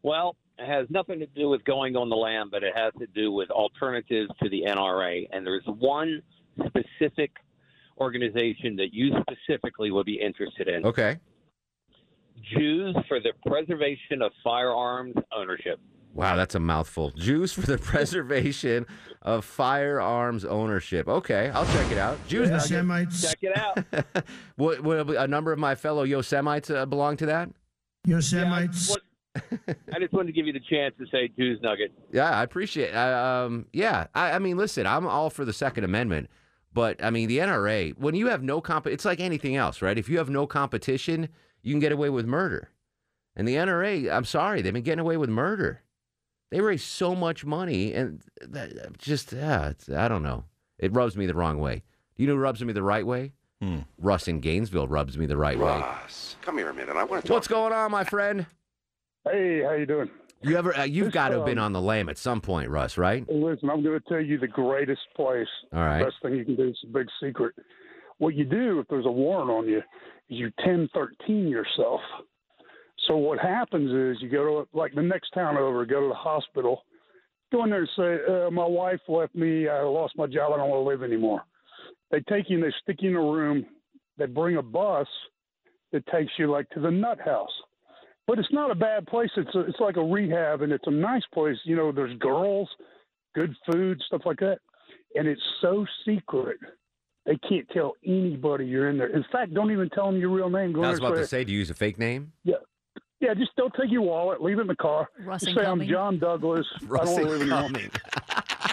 Well, it has nothing to do with going on the land, but it has to do with alternatives to the NRA. And there's one specific organization that you specifically would be interested in.
Okay.
Jews for the preservation of firearms ownership.
Wow, that's a mouthful. Jews for the preservation of firearms ownership. Okay, I'll check it out. Jews.
Semites.
Check it out.
What, what, a number of my fellow Yosemites uh, belong to that.
Yosemites.
I just wanted to give you the chance to say Jews nugget.
Yeah, I appreciate. I, um, yeah, I, I mean, listen, I'm all for the Second Amendment, but I mean, the NRA. When you have no comp, it's like anything else, right? If you have no competition, you can get away with murder. And the NRA, I'm sorry, they've been getting away with murder. They raise so much money, and that, just yeah, it's, I don't know. It rubs me the wrong way. You know who rubs me the right way? Russ in Gainesville rubs me the right way.
Come here a minute. I want to
What's going on, my friend?
Hey, how you doing?
You ever? Uh, you've got to have been
um,
on the lam at some point, Russ, right?
Listen, I'm going to tell you the greatest place.
All right.
Best thing you can do is a big secret. What you do if there's a warrant on you is you 1013 yourself. So what happens is you go to like the next town over, go to the hospital, go in there and say, uh, "My wife left me. I lost my job. I don't want to live anymore." They take you and they stick you in a room. They bring a bus that takes you like to the nut house. But it's not a bad place. It's a, it's like a rehab, and it's a nice place. You know, there's girls, good food, stuff like that, and it's so secret they can't tell anybody you're in there. In fact, don't even tell them your real name. Go
I
in
was
there
about
and
to say, do you use a fake name?
yeah. Yeah, just don't take your wallet. Leave it in the car.
Russ
Just
and
say I'm
Cumming.
John Douglas. I
Russ
don't want
and
to live anymore.
Cumming.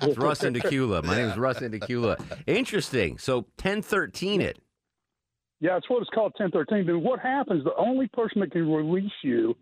It's Russ Indicula. My name is Russ Indicula. Interesting. So 1013 it.
Yeah, that's what it's called, 1013. Then what happens? The only person that can release you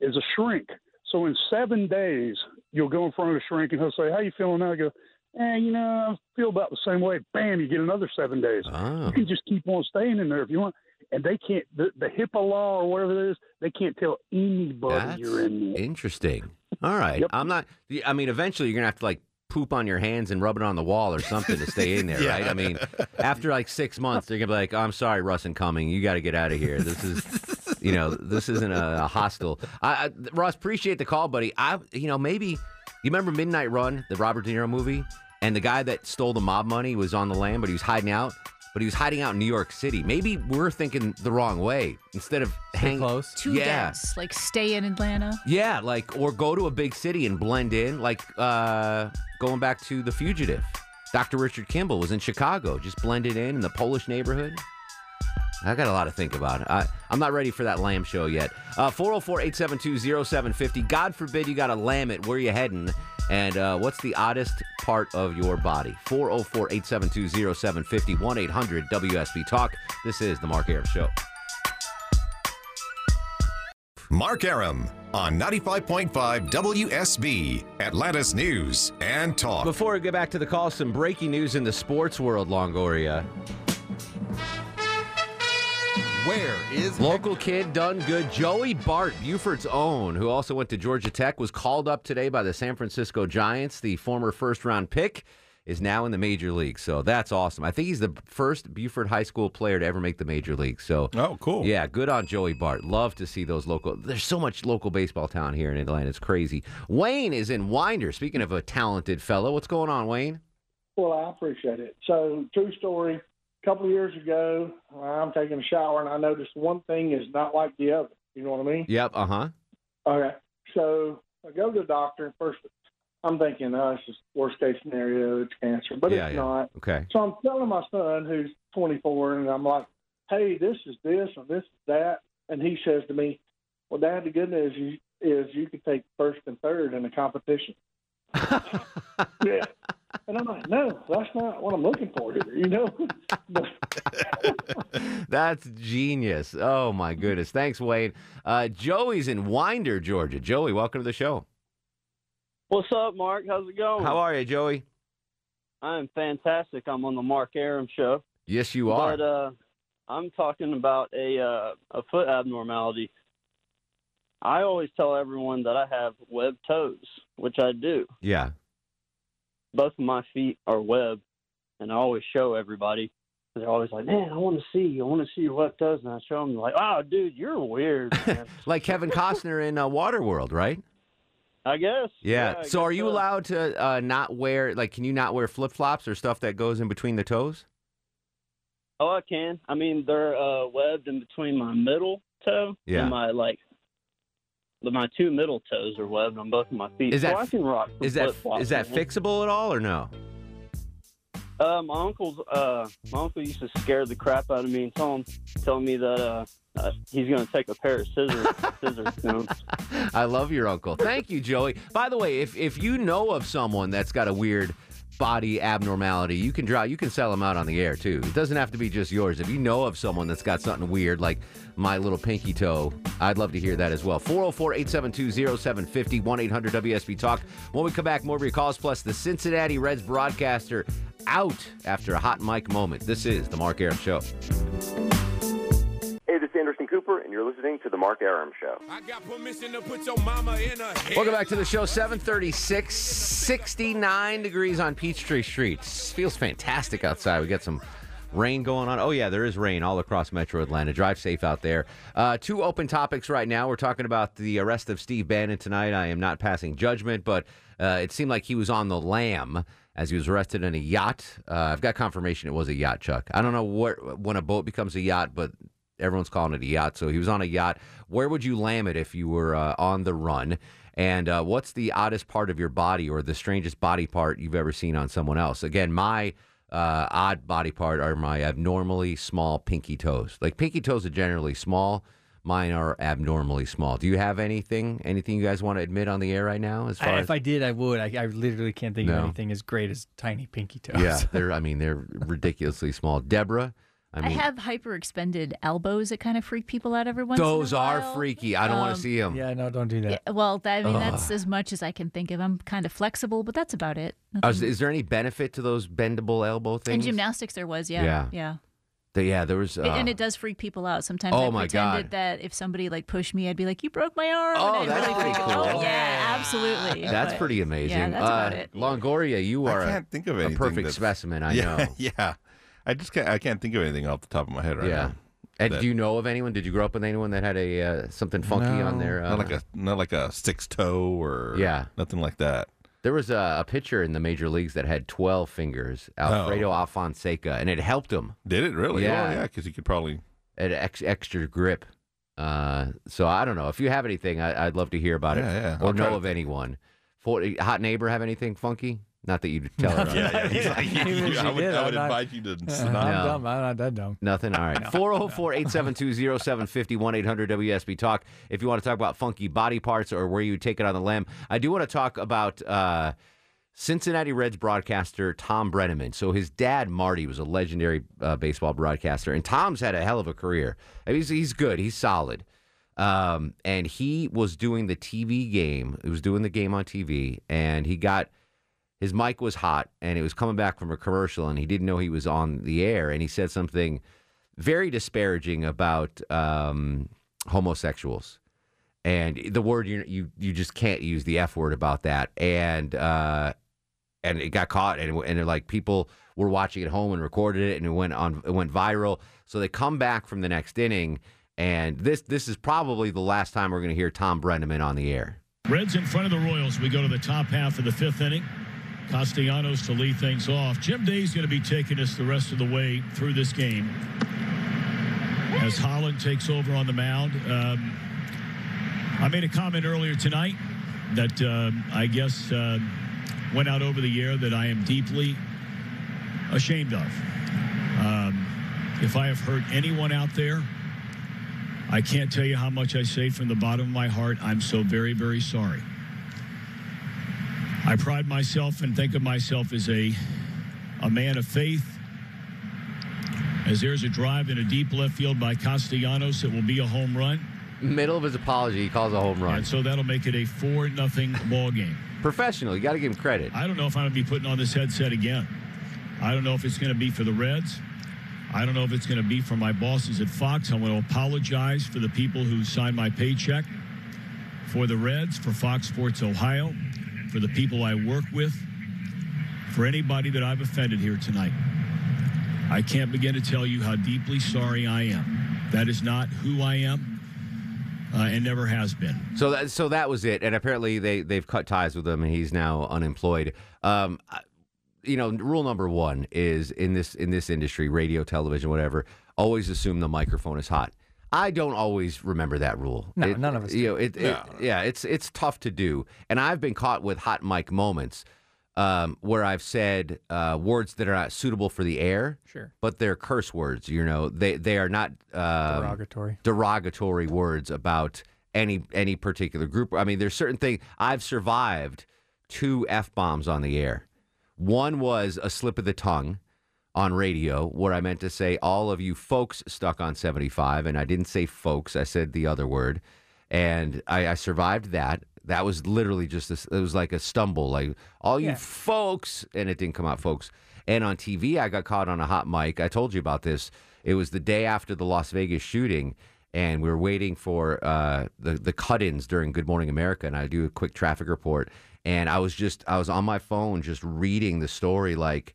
is a shrink. So in seven days, you'll go in front of a shrink and he'll say, "How you feeling?" now?" I go, "Eh, you know, I feel about the same way." Bam, you get another seven days.
Oh.
You can just keep on staying in there if you want. And they can't. The, the HIPAA law or whatever it is, they can't tell anybody
That's
you're in there.
interesting. All right. I'm not, I mean, eventually you're going to have to like poop on your hands and rub it on the wall or something to stay in there,
Yeah.
right? I mean, after like six months, they're going to be like, I'm sorry, Russ and Cumming. You got to get out of here. This is, you know, this isn't a, a hostel. I, I, Russ, appreciate the call, buddy. I, you know, maybe, you remember Midnight Run, the Robert De Niro movie? And the guy that stole the mob money was on the land, but he was hiding out. But he was hiding out in New York City. Maybe we're thinking the wrong way. Instead of hanging close,
Too dense. Like stay in Atlanta.
yeah, like or go to a big city and blend in, like uh going back to The Fugitive. Dr. Richard Kimball was in Chicago, just blended in in the Polish neighborhood. I got a lot to think about. I, I'm not ready for that lamb show yet. Uh, 404 872 0750. God forbid you got to lamb it. Where you heading? And uh, what's the oddest part of your body? 404 872 0750 1 800 WSB Talk. This is The Mark Aram Show.
Mark Aram on 95.5 WSB, Atlantis News and Talk.
Before we get back to the call, some breaking news in the sports world, Longoria. Where is local kid done good? Joey Bart, Buford's own, who also went to Georgia Tech, was called up today by the San Francisco Giants. The former first round pick is now in the major league. So that's awesome. I think he's the first Buford High School player to ever make the major league. So Oh, cool. Yeah, good on Joey Bart. Love to see those local There's so much local baseball town here in Atlanta. It's crazy. Wayne is in Winder. Speaking of a talented fellow, what's going on, Wayne?
Well, I appreciate it. So, true story. A couple of years ago, I'm taking a shower and I noticed one thing is not like the other. You know what I mean?
Yep, uh-huh.
Okay. So I go to the doctor and first I'm thinking, oh, it's just worst case scenario, it's cancer, but
Yeah,
it's
yeah.
not.
Okay.
So I'm telling my son who's 24 and I'm like, hey, this is this and this is that, and he says to me, well, Dad, the good news is you, is you could take first and third in the competition. yeah. And I'm like, no, that's not what I'm looking for here, you know?
That's genius. Oh my goodness. Thanks, Wayne. Uh, Joey's in Winder, Georgia. Joey, welcome to the show.
What's up, Mark? How's it going?
How are you, Joey?
I'm fantastic. I'm on the Mark Aram show.
Yes, you are.
But uh, I'm talking about a uh, a foot abnormality. I always tell everyone that I have webbed toes, which I do.
yeah.
Both of my feet are webbed, and I always show everybody. They're always like, "Man, I want to see, I want to see your webbed toes," and I show them like, "Wow, dude, you're weird." Man.
Like Kevin Costner in uh, Waterworld, right?
I guess.
Yeah. so
I guess
are you allowed to uh, not wear, like, can you not wear flip flops or stuff that goes in between the toes?
Oh, I can. I mean, they're uh, webbed in between my middle toe
Yeah.
and my like. the- My two middle toes are webbed on both of my feet,
Is that
so I can rock. some
Is that
flip-flops,
is that
man.
fixable at all or no?
Uh, my uncle's uh, my uncle used to scare the crap out of me and tell him, tell me that uh, uh, he's going to take a pair of scissors, scissors soon.
I love your uncle. Thank you, Joey. By the way, if if you know of someone that's got a weird body abnormality, you can draw, you can sell them out on the air too. It doesn't have to be just yours. If you know of someone that's got something weird like my little pinky toe, I'd love to hear that as well. 404 872 0750 1 800 WSB Talk. When we come back, more of your calls, plus the Cincinnati Reds broadcaster out after a hot mic moment. This is The Mark Aram Show.
Hey, this is Anderson Cooper, and you're listening to The Mark Aram Show.
Welcome back to the show. 736, 69 degrees on Peachtree Street. Feels fantastic outside. We got some rain going on. Oh, yeah, there is rain all across metro Atlanta. Drive safe out there. Uh, two open topics right now. We're talking about the arrest of Steve Bannon tonight. I am not passing judgment, but uh, it seemed like he was on the lam as he was arrested in a yacht. Uh, I've got confirmation it was a yacht, Chuck. I don't know what when a boat becomes a yacht, but everyone's calling it a yacht. So he was on a yacht. Where would you lam it if you were uh, on the run? And uh, what's the oddest part of your body or the strangest body part you've ever seen on someone else? Again, my uh, odd body part are my abnormally small pinky toes. Like pinky toes are generally small. Mine are abnormally small. Do you have anything? Anything you guys want to admit on the air right now? As far
I-
as
if I did, I would. I, I literally can't think
No.
of anything as great as tiny pinky toes.
yeah, they're. I mean, they're ridiculously small. Deborah, I
I,
mean,
have hyper extended elbows that kind of freak people out every once
those
in a
are
while.
freaky. I don't want
Um,
to see them. Yeah,
no, don't do that.
Yeah, well, I mean,
Ugh.
that's as much as I can think of. I'm kind of flexible, but that's about it.
Is, is there any benefit to those bendable elbow
In
things?
gymnastics, there was, yeah.
Yeah. The- yeah, there was. Uh,
It- and it does freak people out. Sometimes
Oh,
I
my
pretended
God.
that if somebody like pushed me, I'd be like, "You broke my arm."
Oh,
and I'd
that's
really
pretty
freak
cool.
out. Yeah, absolutely.
that's
But-
pretty amazing.
Yeah, that's
uh,
about it.
Longoria, you are
I
a-
can't think of
a
anything
perfect
that's-
specimen. I
yeah,
know.
Yeah, I just can't. I can't think of anything off the top of my head right
Yeah.
now.
And
That-
do you know of anyone? Did you grow up with anyone that had a uh, something funky on
No.
their? Uh,
Not like a not like a six toe or
Yeah.
nothing like that.
There was a, a pitcher in the major leagues that had twelve fingers, Alfredo Alfonseca, and it helped him.
Oh. Did it really? Oh,
Yeah,
yeah, because you could probably
an ex- extra grip. Uh, so I don't know if you have anything. I, I'd love to hear about it
Yeah, yeah.
or
I'll try
know
to
of anyone. For, hot neighbor have anything funky? Not that you'd tell her.
Yeah, yeah, he's like,
Even if
you- I
she
would,
did,
I
I'm
would
not-
invite you to.
Uh,
No.
I'm dumb. I'm not that dumb.
Nothing. All right. 404 872 0750 1 800 WSB Talk. If you want to talk about funky body parts or where you take it on the limb, I do want to talk about uh, Cincinnati Reds broadcaster Tom Brenneman. So his dad, Marty, was a legendary uh, baseball broadcaster, and Tom's had a hell of a career. I mean, he's, he's good, he's solid. Um, and he was doing the TV game, he was doing the game on TV, and he got his mic was hot and it was coming back from a commercial and he didn't know he was on the air and he said something very disparaging about um, homosexuals and the word you you you just can't use the f word about that and uh, and it got caught and and like people were watching at home and recorded it and it went on it went viral so they come back from the next inning and this this is probably the last time we're going to hear Tom Brenneman on the air.
Reds in front of the Royals. We go to the top half of the fifth inning. Castellanos to lead things off. Jim Day's going to be taking us the rest of the way through this game as Holland takes over on the mound. Um, I made a comment earlier tonight that um I guess uh, went out over the air that I am deeply ashamed of. Um, if I have hurt anyone out there, I can't tell you how much I say from the bottom of my heart. I'm so very, very sorry. I pride myself and think of myself as a a man of faith. As there's a drive in a deep left field by Castellanos, it will be a home run.
Middle of his apology, he calls a home run.
And so that'll make it a four nothing ball game.
Professional, you got to give him credit.
I don't know if I'm going to be putting on this headset again. I don't know if it's going to be for the Reds. I don't know if it's going to be for my bosses at Fox. I want to apologize for the people who signed my paycheck, for the Reds, for Fox Sports Ohio, for the people I work with, for anybody that I've offended here tonight. I can't begin to tell you how deeply sorry I am. That is not who I am uh, and never has been.
So that so that was it, and apparently they they've cut ties with him, and he's now unemployed. Um, I- you know, rule number one is in this in this industry, radio, television, whatever, always assume the microphone is hot. I don't always remember that rule.
No,
It-
none of us
You know, it, it-
No.
yeah, it's it's tough to do, and I've been caught with hot mic moments um, where I've said uh, words that are not suitable for the air.
Sure.
but they're curse words. You know, they they are not um,
Derogatory.
derogatory words about any any particular group. I mean, there's certain things I've survived two f bombs on the air One was a slip of the tongue on radio where I meant to say all of you folks stuck on 75, and I didn't say folks, I said the other word. And I, I survived that. That was literally just this, it was like a stumble, like all you
Yeah.
folks, and it didn't come out, folks. And on TV, I got caught on a hot mic. I told you about this. It was the day after the Las Vegas shooting, and we were waiting for uh, the the cut-ins during Good Morning America. And I do a quick traffic report, and I was just I was on my phone just reading the story like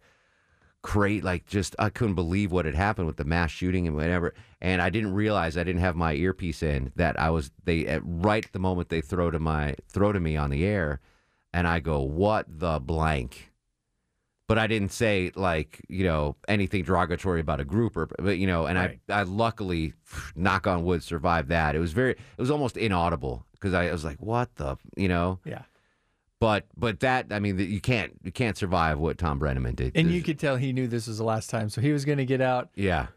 Great, like just I couldn't believe what had happened with the mass shooting and whatever. And I didn't realize I didn't have my earpiece in that I was they at right the moment they throw to my throw to me on the air, and I go what the blank. But I didn't say like you know anything derogatory about a group or but you know and I I luckily knock on wood survived that. It was very it was almost inaudible because I, I was like what the you know
Yeah.
But but that I mean you can't you can't survive what Tom Brenneman did.
And you could tell he knew this was the last time, so he was going to get out
yeah.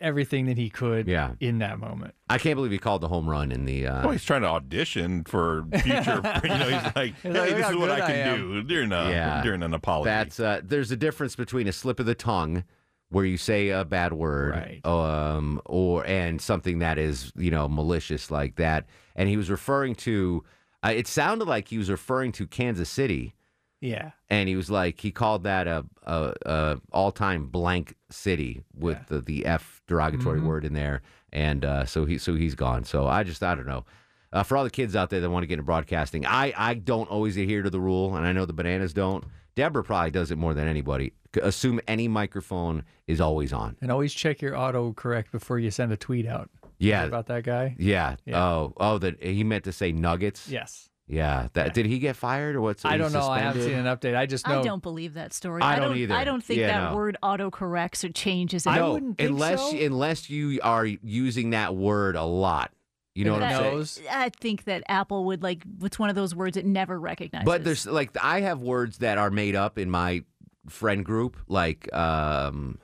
everything that he could
Yeah.
in that moment.
I can't believe he called the home run in the. Uh,
Oh, he's trying to audition for future. you know, he's like, hey,
He's like, "Look
this
how
is what
good
I
I
can do
am."
during a during an apology.
That's uh, there's a difference between a slip of the tongue, where you say a bad word, um, or and something that is you know malicious like that. And he was referring to. Uh, it sounded like he was referring to Kansas City.
Yeah.
and he was like he called that a a, a all time blank city with the, the f derogatory
Mhm.
word in there, and uh, so he so he's gone. So I just I don't know. Uh, for all the kids out there that want to get into broadcasting, I I don't always adhere to the rule, and I know the bananas don't. Deborah probably does it more than anybody. C- Assume any microphone is always on.
And always check your auto correct before you send a tweet out.
Yeah.
About that guy?
Yeah. Oh oh, that he meant to say nuggets.
Yes.
Yeah. That did he get fired or what's?
I
he's
don't know. I haven't seen
suspended?
an update. I just know.
I don't believe that story.
I don't either.
I don't think
Yeah,
that
no.
word autocorrects or changes. at
no,
all.
unless unless you are using that word a lot. You know what I'm saying?
I think that Apple would like. It's one of those words it never recognizes.
But there's like I have words that are made up in my friend group, like um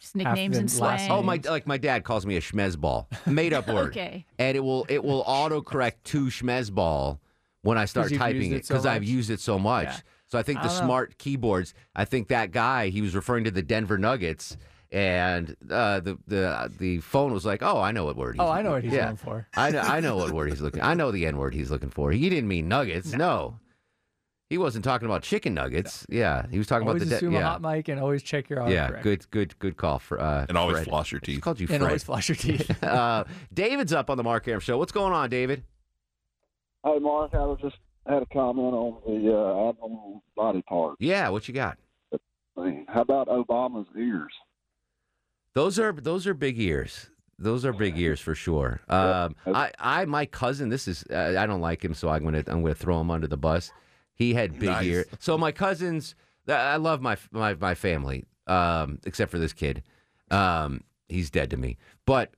Just nicknames and slang.
Oh my! Like my dad calls me a schmezball, made up word.
Okay.
And it will it will autocorrect to schmezball when I start
you've
typing
used
it
it so
because I've
much?
used it so much.
Yeah.
So I think the
I
Oh.
don't know.
smart keyboards. I think that guy he was referring to the Denver Nuggets, and uh, the the the phone was like, oh, I know what word. He's
Oh, I know what he's
yeah.
going for.
I know I know what word he's looking. I know the N word he's looking for. He didn't mean nuggets. No. He wasn't talking about chicken nuggets. Yeah, he was talking
Always
about the de-
assume
yeah.
a hot mic and always check your auto
Yeah,
correct.
good, good, good call for. Uh,
And always
Fred.
floss your teeth.
Just called you
And
Fred.
always floss your teeth.
uh, David's up on the Mark Aram show. What's going on, David?
Hey, Mark, I was just had a comment on the uh, abnormal body part
Yeah, what you got?
thing. How about Obama's ears?
Those are those are big ears. Those are big ears for sure. Um, I, I, my cousin. This is uh, I don't like him, so I'm gonna I'm gonna throw him under the bus. He had big
Nice.
ear. So my cousins. th- I love my my my family, um, except for this kid. Um, he's dead to me. But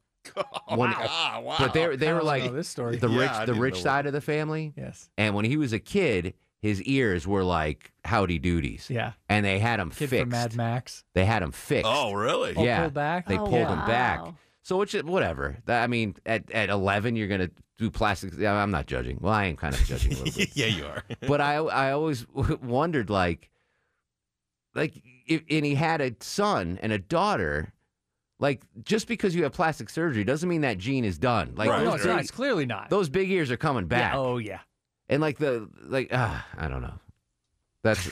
when-
Ah, Wow, wow.
but they were- they
I
were
don't
like
know this story.
the
Yeah,
rich
I
the
didn't
rich
know what-
side of the family.
Yes.
And when he was a kid, his ears were like howdy doodies.
Yeah.
And they had him
Kid
fixed.
from Mad Max.
They had him fixed.
Oh, really?
Oh,
yeah.
pulled back?
They
Oh,
pulled him back.
wow.
So which is- whatever. That- I mean, at, at eleven, you're gonna do plastic. yeah, I'm not judging. Well, I am kind of judging a little bit.
yeah, you are.
but I I always wondered like, like if, and he had a son and a daughter. Like just because you have plastic surgery doesn't mean that gene is done. Like
no,
those
it's, not.
big-
it's clearly not.
those big ears are coming back.
Yeah. Oh yeah.
And like the like ah, I don't know. That's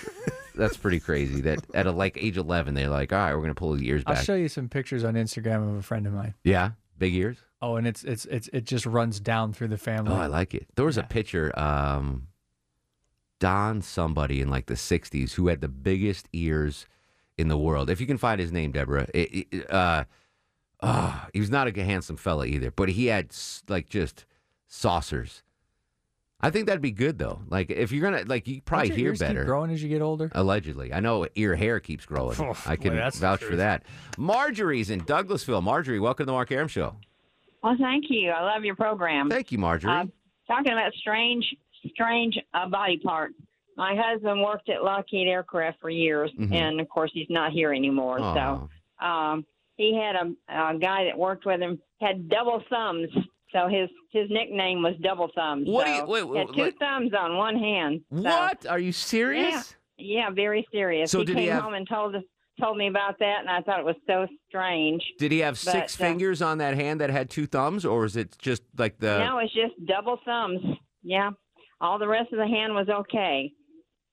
that's pretty crazy. That at a, like age eleven, they're like, all right, we're gonna pull his ears
I'll
back.
show you some pictures on Instagram of a friend of mine.
Yeah, big ears.
Oh, and it's it's it's it just runs down through the family.
Oh, I like it. There was a picture, um, Don somebody in like the '60s who had the biggest ears in the world. If you can find his name, Deborah. It, it- uh, ah, he was not a handsome fella either, but he had s- like just saucers. I think that'd be good though. Like if you're gonna like, you probably
Don't your
hear
ears keep
better.
growing as you get older.
Allegedly, I know ear hair keeps growing.
Oh,
I can
boy, that's the
vouch for
truth.
that. Marjorie's in Douglasville. Marjorie, welcome to the Mark Aram Show.
Well, thank you. I love your program.
Thank you, Marjorie.
Uh, talking about strange, strange uh, body parts. My husband worked at Lockheed Aircraft for years,
Mm-hmm.
Mhm.
and of course, he's not here anymore.
Aw.
So um, he had a, a guy that worked with him had double thumbs. So his his nickname was Double Thumbs.
What do
so
you- wait,
he had
wait,
two
wait.
thumbs on one hand. So,
What? Are you serious?
Yeah, very serious.
So
he
did
came
he have-
home and told us told me about that, and I thought it was so strange.
Did he have six
But, uh,
fingers on that hand that had two thumbs, or was it just like the?
no, it's just double thumbs. Yeah, all the rest of the hand was okay.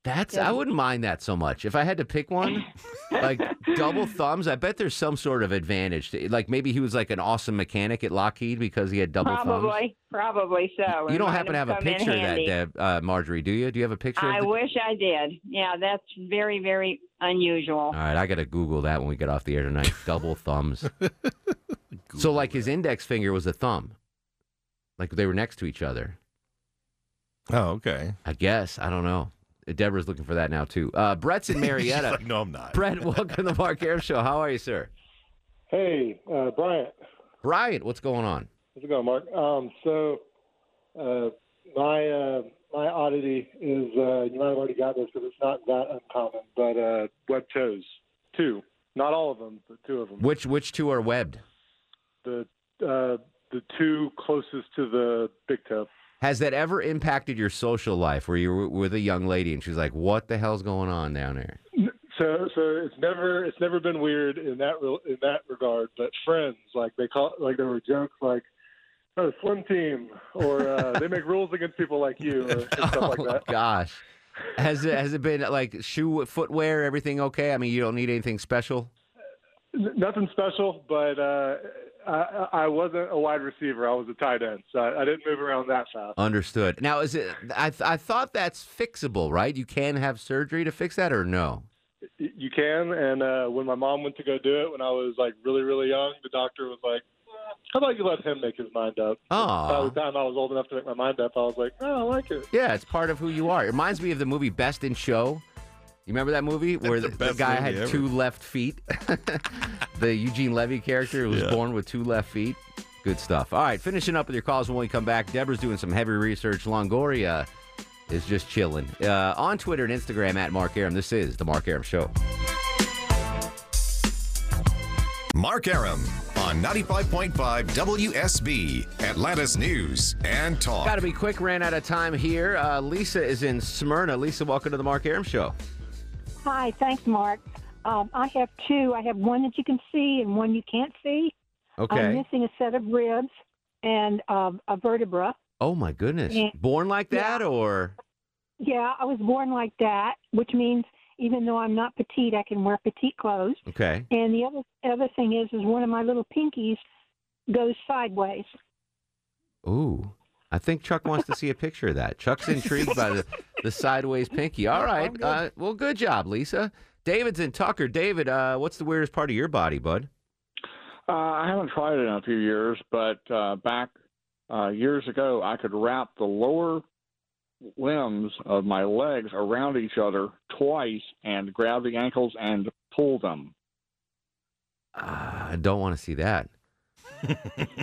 That's I wouldn't mind that so much. If I had to pick one, like double thumbs, I bet there's some sort of advantage. To, like maybe he was like an awesome mechanic at Lockheed because he had double thumbs.
probably, probably so.
You
It
don't
might
happen to have a
come in
picture of that,
handy.
Deb, uh, Marjorie, do you? Do you have a picture?
I
of the...
wish I did. Yeah, that's very, very unusual.
All right, I gotta Google that when we get off the air tonight. double thumbs. so like his index finger was a thumb, like they were next to each other.
Oh, okay.
I guess I don't know. Deborah's looking for that now too. Uh, Brett's in
She's
Marietta.
like, no, I'm not.
Brett, welcome to the Mark Aram Show. How are you, sir?
Hey, uh, Bryant.
Bryant, what's going on?
How's it going, Mark? Um, so uh, my uh, my oddity is uh, you might have already got this because it's not that uncommon, but uh, web toes, two, not all of them, but two of them.
Which which two are webbed?
The uh, the two closest to the big toe.
Has that ever impacted your social life where you were with a young lady and she's like, "What the hell's going on down there?"
So so it's never it's never been weird in that re- in that regard. But friends like they call like there were jokes like. Oh, slim team, or uh, they make rules against people like you, or and stuff like
Oh,
that.
Gosh, has it has it been like shoe footwear everything okay? I mean, you don't need anything special.
N- Nothing special, but uh, I, I wasn't a wide receiver. I was a tight end, so I, I didn't move around that fast.
Uh-huh. Understood. Now, is it? I I thought that's fixable, right? You can have surgery to fix that, or no?
Y- You can, and uh, when my mom went to go do it when I was like really, really young, the doctor was like, "Eh, "How about you let him make his mind up?"
Aw.
By the time I was old enough to make my mind up, I was like, "Oh, I like it."
Yeah, it's part of who you are. It reminds me of the movie Best in Show. You remember that movie where the, the
best
guy
movie
had
ever.
two left feet? the Eugene Levy character was born with two left feet. Good stuff. All right, finishing up with your calls when we come back. Deborah's doing some heavy research. Longoria is just chilling. Uh, on Twitter and Instagram at Mark Aram. This is The Mark Aram Show.
Mark Aram on 95.5 WSB, Atlantis News and Talk.
Got to be quick. Ran out of time here. Uh, Lisa is in Smyrna. Lisa, welcome to The Mark Aram Show.
Hi, thanks, Mark. Um, I have two. I have one that you can see and one you can't see. I'm
Okay.
missing a set of ribs and uh, a vertebra.
Oh, my goodness.
Yeah.
Born like that or?
Yeah, I was born like that, which means even though I'm not petite, I can wear petite clothes.
Okay.
And the other other thing is, is one of my little pinkies goes sideways.
Ooh. I think Chuck wants to see a picture of that. Chuck's intrigued by the, the sideways pinky. All right. Uh, well, good job, Lisa. David's in Tucker. David, uh, what's the weirdest part of your body, bud?
Uh, I haven't tried it in a few years, but uh, back uh, years ago, I could wrap the lower limbs of my legs around each other twice and grab the ankles and pull them.
I don't want to see that.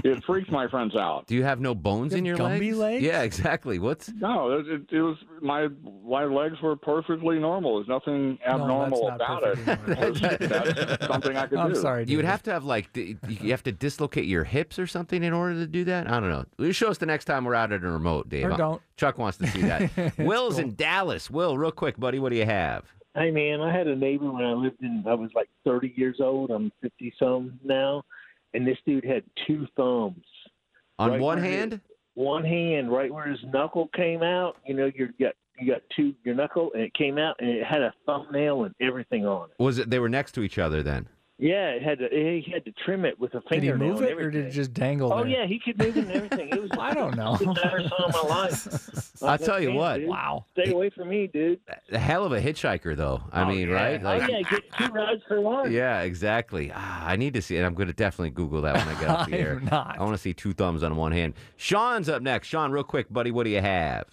It freaked my friends out.
Do you have no bones in your legs? Yeah, exactly. What's
No, it, it, it was my my legs were perfectly normal. There's nothing abnormal about it. That's something
Oh,
I could do.
You would have to have like d- you have to dislocate your hips or something in order to do that. I don't know. You show us the next time we're out at a remote, Dave.
Or don't.
Chuck wants to see that. Will's in Dallas. Will, real quick, buddy. What do you have?
Hey man, I had a neighbor when I lived in. I was like 30 years old. I'm 50 some now, and this dude had two thumbs.
On
Right
one
where his-
hand?
one hand, right where his knuckle came out. You know, you got you got two your knuckle, and it came out, and it had a thumbnail and everything on it.
Was it they were next to each other then?
Yeah, it had to. He had to trim it with a
Did he
fingernail.
move
Oh, and
it or did it just dangle?
Oh
there?
yeah, he could move it and everything. It was. I don't
know.
Never saw in my life.
I'll tell you what.
Wow. Stay away from me, dude.
A hell of a hitchhiker, though. I mean, right?
oh yeah, get two rides for one.
Yeah, exactly. Ah, I need to see it. I'm going to definitely Google that when I get off the
I'm
air. I want to see two thumbs on one hand. Sean's up next. Sean, real quick, buddy, what do you have?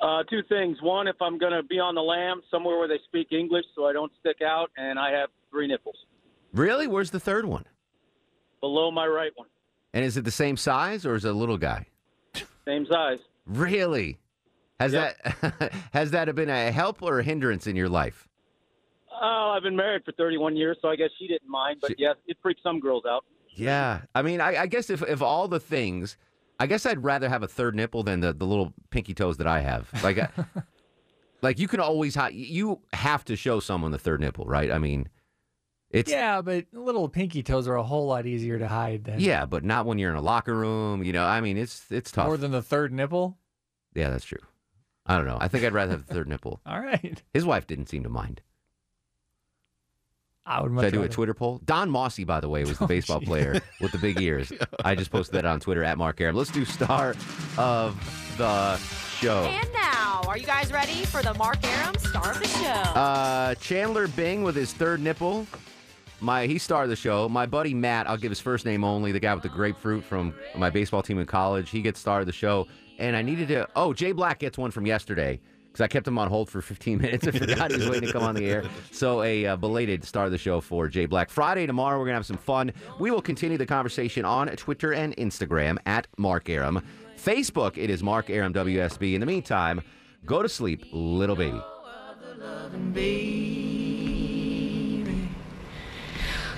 Uh, two things. One, if I'm going to be on the lam somewhere where they speak English so I don't stick out, and I have three nipples
Really? Where's the third one?
below my right one,
And is it the same size or is it a little guy?
same size.
Really? Has that has that been a help or a hindrance in your life?
Oh, I've been married for 31 years, so I guess she didn't mind. But yes, it freaks some girls out.
Yeah. I mean, I, I guess if, if all the things, I guess I'd rather have a third nipple than the, the little pinky toes that I have. Like, I, Like you can always hi- you have to show someone the third nipple, right? I mean, it's
yeah, but little pinky toes are a whole lot easier to hide than
yeah, but not when you're in a locker room. You know, I mean, it's it's tough.
more than the third nipple.
yeah, that's true. I don't know. I think I'd rather have the third nipple.
All right.
His wife didn't seem to mind.
I would
Should
much
I do a
rather- Oh,
Twitter poll? Don Mossy, by the way, was the baseball player with the big ears. I just posted that on Twitter at Mark Aram. Let's do star of the show.
And now, are you guys ready for the Mark Aram star of the show?
Uh, Chandler Bing with his third nipple. My he starred the show. My buddy Matt, I'll give his first name only. The guy with the grapefruit from my baseball team in college. He gets star of the show. And I needed to. Oh, Jay Black gets one from yesterday because I kept him on hold for 15 minutes. I forgot he was waiting to come on the air. So a uh, belated star of the show for Jay Black. Friday tomorrow we're gonna have some fun. We will continue the conversation on Twitter and Instagram at Mark Aram. Facebook it is Mark Aram WSB. In the meantime, go to sleep, little baby.